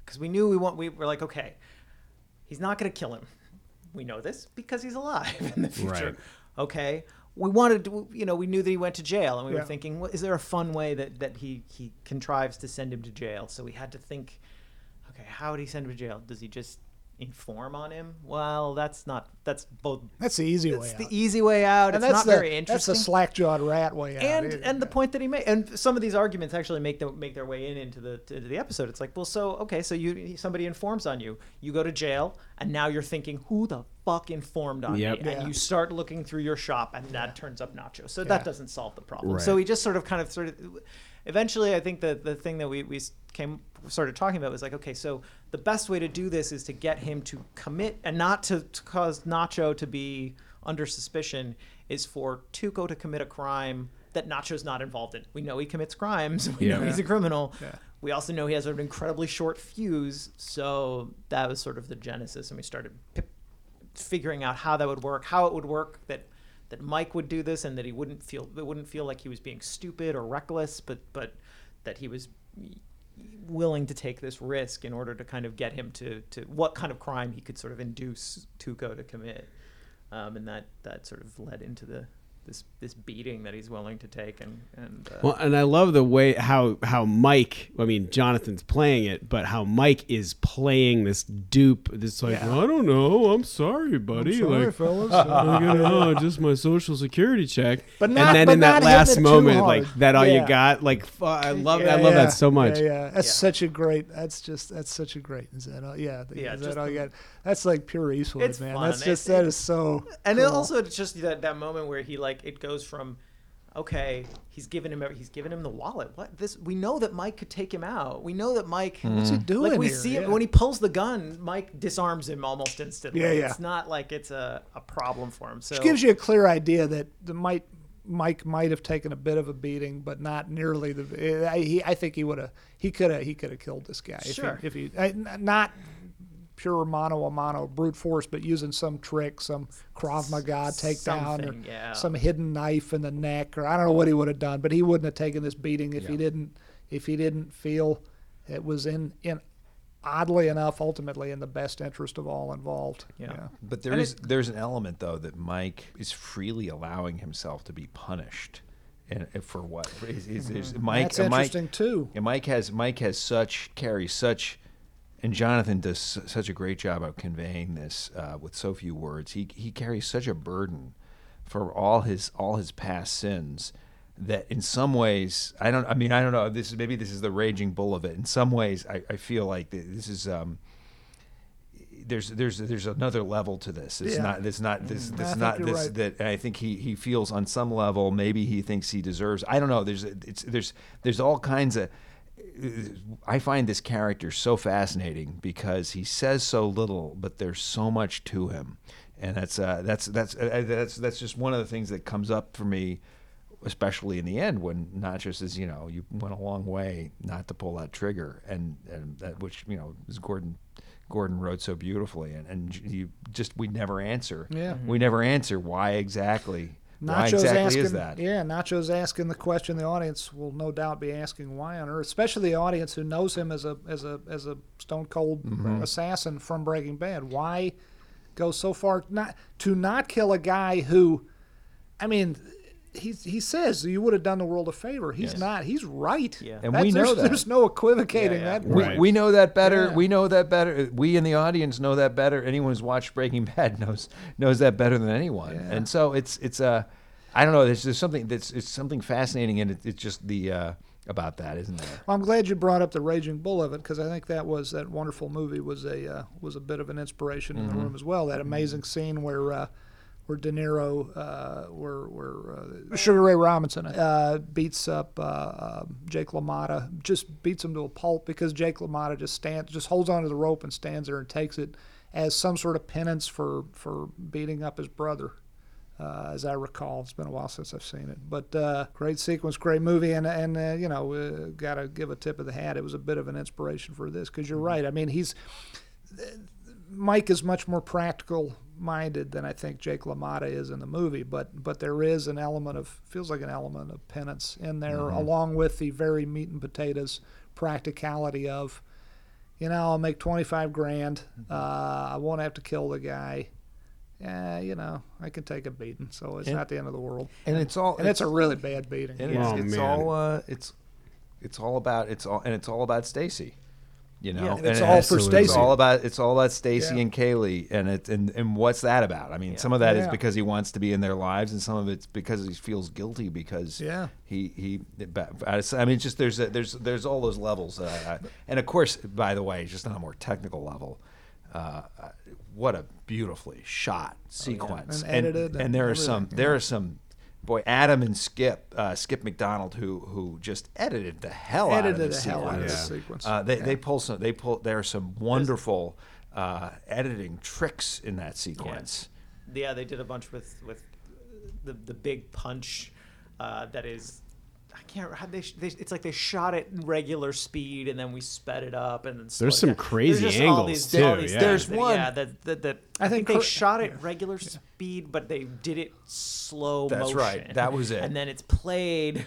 because we knew we want. We were like, okay, he's not going to kill him. We know this because he's alive in the future. Right. Okay. We wanted, to, you know, we knew that he went to jail, and we Yeah. were thinking, well, is there a fun way that that he he contrives to send him to jail? So we had to think, okay, how would he send him to jail? Does he just inform on him? Well, that's not that's both. That's the easy way It's out. the easy way out. and it's not that's the, very interesting That's the slack-jawed rat way out. and isn't and the it? point that he made and some of these arguments actually make them make their way in into the to the episode it's like well so okay so you somebody informs on you you go to jail and now you're thinking who the fuck informed on Yep. me Yeah. and you start looking through your shop and that turns up nacho so that doesn't solve the problem so Right. he just sort of kind of sort of eventually i think that the thing that we, we came started talking about was like okay so the best way to do this is to get him to commit and not to, to cause nacho to be under suspicion is for tuco to commit a crime that nacho's not involved in we know he commits crimes we know Yeah. he's a criminal Yeah. we also know he has an incredibly short fuse so that was sort of the genesis and we started pip- figuring out how that would work, how it would work that that Mike would do this and that he wouldn't feel it wouldn't feel like he was being stupid or reckless, but but that he was willing to take this risk in order to kind of get him to to what kind of crime he could sort of induce Tuco to commit, um, and that that sort of led into the this this beating that he's willing to take and and uh, Well, and I love the way how how Mike, I mean Jonathan's playing it, but how Mike is playing this dupe. This like, I don't know, I'm sorry, buddy. Sorry, like, fellas. I'm gonna, oh, just my social security check. But And not- then but in that not hitting it last too moment, hard. like that, all Yeah. you got. Like, fu- I love, Yeah, I love yeah. that so much. Yeah, yeah. that's Yeah. such a great. That's just that's such a great. Is that all? Yeah, the, Yeah, Is that just all the- you got? That's like pure Eastwood, It's man. fun. That's just It's- that is so. and cool. it also it's just that that moment where he like it goes from okay he's given him he's given him the wallet what this we know that mike could take him out we know that mike What's he doing like we here? see Yeah. him when he pulls the gun mike disarms him almost instantly Yeah, yeah. it's not like it's a, a problem for him so Which gives you a clear idea that the might Mike might have taken a bit of a beating, but not nearly the. I, he, I think he would have. He could have. He could have killed this guy. Sure. If he, if he I- n- not pure mono a mono brute force, but using some trick, some Krav Maga takedown, or Something, yeah. some hidden knife in the neck, or I don't know what he would have done, but he wouldn't have taken this beating if he didn't. If he didn't feel it was in in. Oddly enough, ultimately in the best interest of all involved. Yeah. But there is there's an element though that Mike is freely allowing himself to be punished, and and for what? Is, is, is Mike, Mm-hmm. That's uh, Mike- interesting, too. And Mike has Mike has such carries such and Jonathan does su- such a great job of conveying this uh, with so few words. He he carries such a burden for all his all his past sins that in some ways I don't. I mean I don't know. This is maybe this is the raging bull of it. In some ways I, I feel like th- this is. Um, there's there's there's another level to this. It's Yeah. Mm-hmm. not this not this I this think not you're this right. that I think he he feels on some level maybe he thinks he deserves. I don't know. There's it's there's there's all kinds of. I find this character so fascinating because he says so little, but there's so much to him, and that's uh, that's that's uh, that's that's just one of the things that comes up for me, especially in the end when Nacho says, you know, you went a long way not to pull that trigger, and, and that which you know is Gordon Gordon wrote so beautifully, and, and you just we never answer. Yeah. we never answer why exactly. why Nacho's exactly asking, is that? Yeah, Nacho's asking the question. The audience will no doubt be asking why on earth, especially the audience who knows him as a as a as a stone cold Mm-hmm. assassin from Breaking Bad. Why go so far not to not kill a guy who, I mean. He, he says you would have done the world a favor. He's Yes. not. He's right. Yeah. And That- we know there's, that. There's no equivocating Yeah, yeah. that. We, Right. we know that better. Yeah. We know that better. We in the audience know that better. Anyone who's watched Breaking Bad knows knows that better than anyone. And so it's it's uh, I don't know. There's, there's something that's it's something fascinating, and it, it's just the uh, about that, isn't there? Well, I'm glad you brought up the Raging Bull of it because I think that was that wonderful movie was a uh, was a bit of an inspiration in the room as well. That amazing scene where uh, where De Niro, uh, where where uh, Sugar Ray Robinson uh, beats up uh, uh, Jake LaMotta, just beats him to a pulp because Jake LaMotta just stands, just holds onto the rope and stands there and takes it as some sort of penance for for beating up his brother uh, as I recall. It's been a while since I've seen it, but uh, great sequence, great movie, and and uh, you know, uh, gotta give a tip of the hat. It was a bit of an inspiration for this because you're right. I mean, he's uh, Mike is much more practical minded than I think Jake LaMotta is in the movie, but but there is an element of feels like an element of penance in there, along with the very meat and potatoes practicality of. You know, I'll make twenty-five grand. Uh, I won't have to kill the guy yeah, you know, I can take a beating, so it's not the end of the world. And it's all And it's a really bad beating. and Yeah. it's, Oh, it's man. all uh, it's it's all about it's all and it's all about Stacy. You know, and it's all for It's Stacy. all about it's all about Stacy Yeah. and Kaylee, and it and, and what's that about? I mean, some of that is Yeah. because he wants to be in their lives, and some of it's because he feels guilty because Yeah. he he. I mean, just there's a, there's there's all those levels, uh, and of course, by the way, just on a more technical level, uh, what a beautifully Oh, shot sequence And edited and, and there are everything, some there are some. Boy, Adam and Skip, uh, Skip McDonald, who who just edited the hell out of Edited the the hell out of the sequence. sequence. Uh, they, they pull some. They pull. There are some wonderful uh, editing tricks in that sequence. Yeah, they did a bunch with with the the big punch uh, that is. I can't. How they, sh- they, it's like they shot it in regular speed, and then we sped it up, and then slowed some it down. crazy There's just All angles, these, too, all these yeah. things There's that- one- Yeah, that, that, that I I think think, cor- they shot it regular speed, but they did it slow. That's motion. right. That was it. And then it's played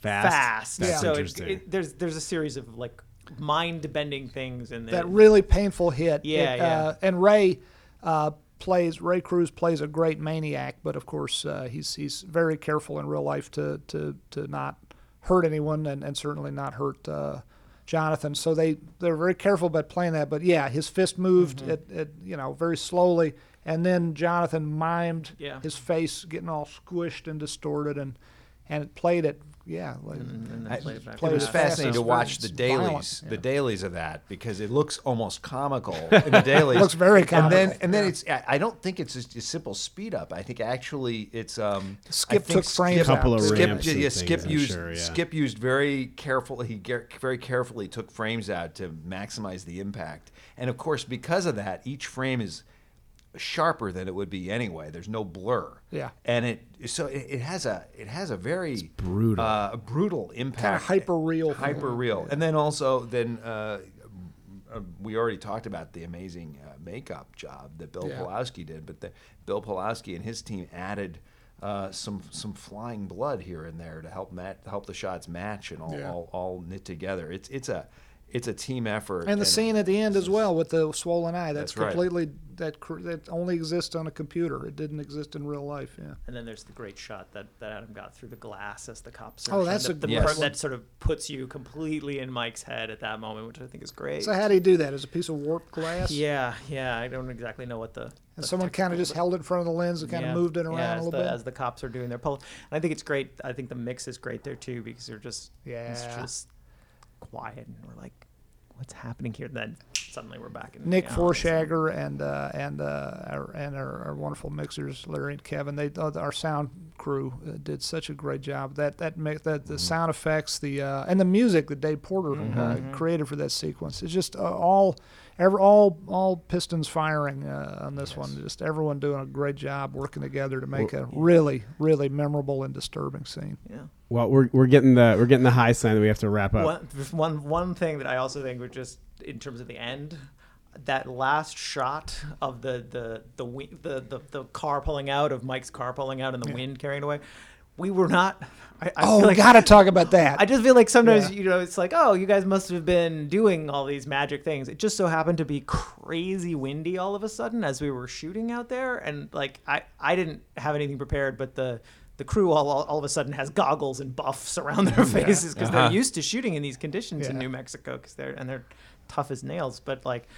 Fast? fast. That's so it- interesting. it- there's there's a series of like mind bending things in there. that really painful hit. Yeah, It, yeah. Uh, and Ray uh, plays Ray Cruz plays a great maniac, but of course uh, he's he's very careful in real life to to to not hurt anyone and, and certainly not hurt uh, Jonathan. So they they're very careful about playing that. But yeah, his fist moved Mm-hmm. it, it you know very slowly, and then Jonathan mimed Yeah. his face getting all squished and distorted and and it played it. Yeah, like, Mm-hmm. And then I- played it back it was fast. fascinating to It's watch the violent. dailies, the dailies of that, because it looks almost comical in the dailies. Looks very And then, comical, and then it's. I I don't think it's just a simple speed up. I think actually it's. Um, I Skip think took frames Skip- out. Couple of Skip, ramps yeah, and yeah, things, Skip I'm used. sure, yeah. Skip used very carefully. He ge- very carefully took frames out to maximize the impact. And of course, because of that, each frame is sharper than it would be anyway. There's no blur. Yeah. And it so it, it has a it has a very brutal. uh, brutal impact Kinda hyper-real thing. hyper real, and then also then uh, uh, we already talked about the amazing uh, makeup job that Bill Yeah. Pawlowski did, but the, Bill Pawlowski and his team added uh, some some flying blood here and there to help mat, help the shots match and all, all all knit together. It's it's a it's a team effort. And the scene at the end as well with the swollen eye. That's, That's right. completely that cr- that only exists on a computer. It didn't exist in real life. Yeah. And then there's the great shot that, that Adam got through the glass as the cops. Oh, that's the, a the great part one. that sort of puts you completely in Mike's head at that moment, which I think is great. So how do you do that? Is a piece of warped glass? yeah, yeah. I don't exactly know what the. And the someone kind of technical- just held it in front of the lens and kind Yeah, of moved it around yeah, a as little the, bit. as the cops are doing their pull. And I think it's great. I think the mix is great there too because they're just it's Yeah. just quiet and we're like, what's happening here? Then suddenly we're back in Nick yeah, Forshagger and uh, and uh, our, and our, our wonderful mixers Larry and Kevin. They uh, our sound crew uh, did such a great job. That that make that Mm-hmm. the sound effects, the uh, and the music that Dave Porter uh, created for that sequence. It's just uh, all ever all all pistons firing uh, on this one. Just everyone doing a great job working together to make a really really memorable and disturbing scene. Yeah. Well, we're, we're getting the we're getting the high sign that we have to wrap up. One, one, one thing that I also think would just in terms of the end, that last shot of the the the wi- the the, the car pulling out of Mike's car pulling out and the wind carrying it away. We were not. I, I Oh, feel like, got to talk about that. I just feel like sometimes Yeah. you know it's like oh you guys must have been doing all these magic things. It just so happened to be crazy windy all of a sudden as we were shooting out there, and like I I didn't have anything prepared, but the the crew all all, all of a sudden has goggles and buffs around their faces because Uh-huh. they're used to shooting in these conditions in Yeah. New Mexico because they're and they're tough as nails, but like.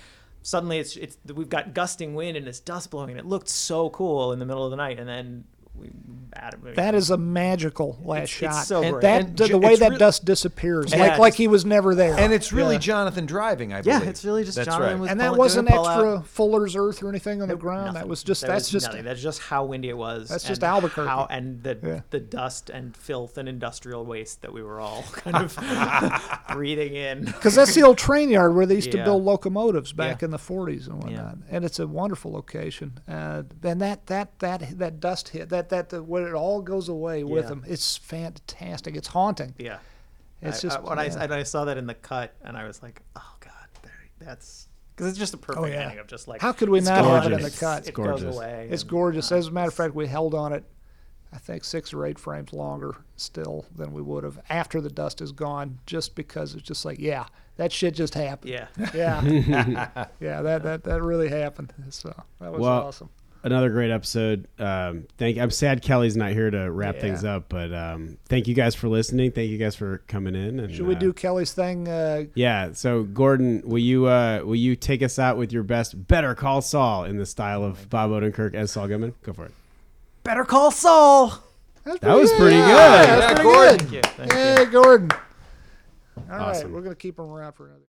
Suddenly, it's it's we've got gusting wind and it's dust blowing, and it looked so cool in the middle of the night. And then we, Adam, That is a magical last It's- shot. it's so and great. that And the, the ju- way it's that real- dust disappears, Yeah, like like it's- he was never there. and it's really Yeah. Jonathan driving, I Yeah, believe. it's really just That's Jonathan right. was- and Paul that and wasn't doing Paul extra Fuller's Earth or anything on the ground. Ah, That was just That that's was just nothing. that's just how windy it was. That's and just Albuquerque. How, and the Yeah. the dust and filth and industrial waste that we were all kind of breathing in. because that's the old train yard where they used to Yeah. build locomotives back Yeah. in the 40s and whatnot. And it's a wonderful location. Uh, and that that that that dust hit that that the, where it all goes away with Yeah. them. It's fantastic. It's haunting. Yeah, It's I- just I, when I s- yeah. and I saw that in the cut, and I was like, oh god, there- that's because it's just a perfect Oh, yeah. ending of just like How could we it's not have it gone, in the it's- cut? It Gorgeous. goes away. It's and- uh, gorgeous. As a matter of fact, we held on it, I think, six or eight frames longer still than we would have after the dust is gone, just because it's just like, yeah, that shit just happened. Yeah. Yeah. yeah, that, that, that really happened. So that was Well, awesome. another great episode. Um, thank. I'm sad Kelly's not here to wrap things up, but um, thank you guys for listening. Thank you guys for coming in. And, Should we uh, do Kelly's thing? Uh, Yeah. So Gordon, will you uh, will you take us out with your best Better Call Saul in the style of Bob Odenkirk as Saul Goodman? Go for it. Better call Saul. That was pretty good. Yeah, that's pretty Gordon. good. Thank you. Thank you. Hey, Gordon. All right, Awesome. we're going to keep him around for another.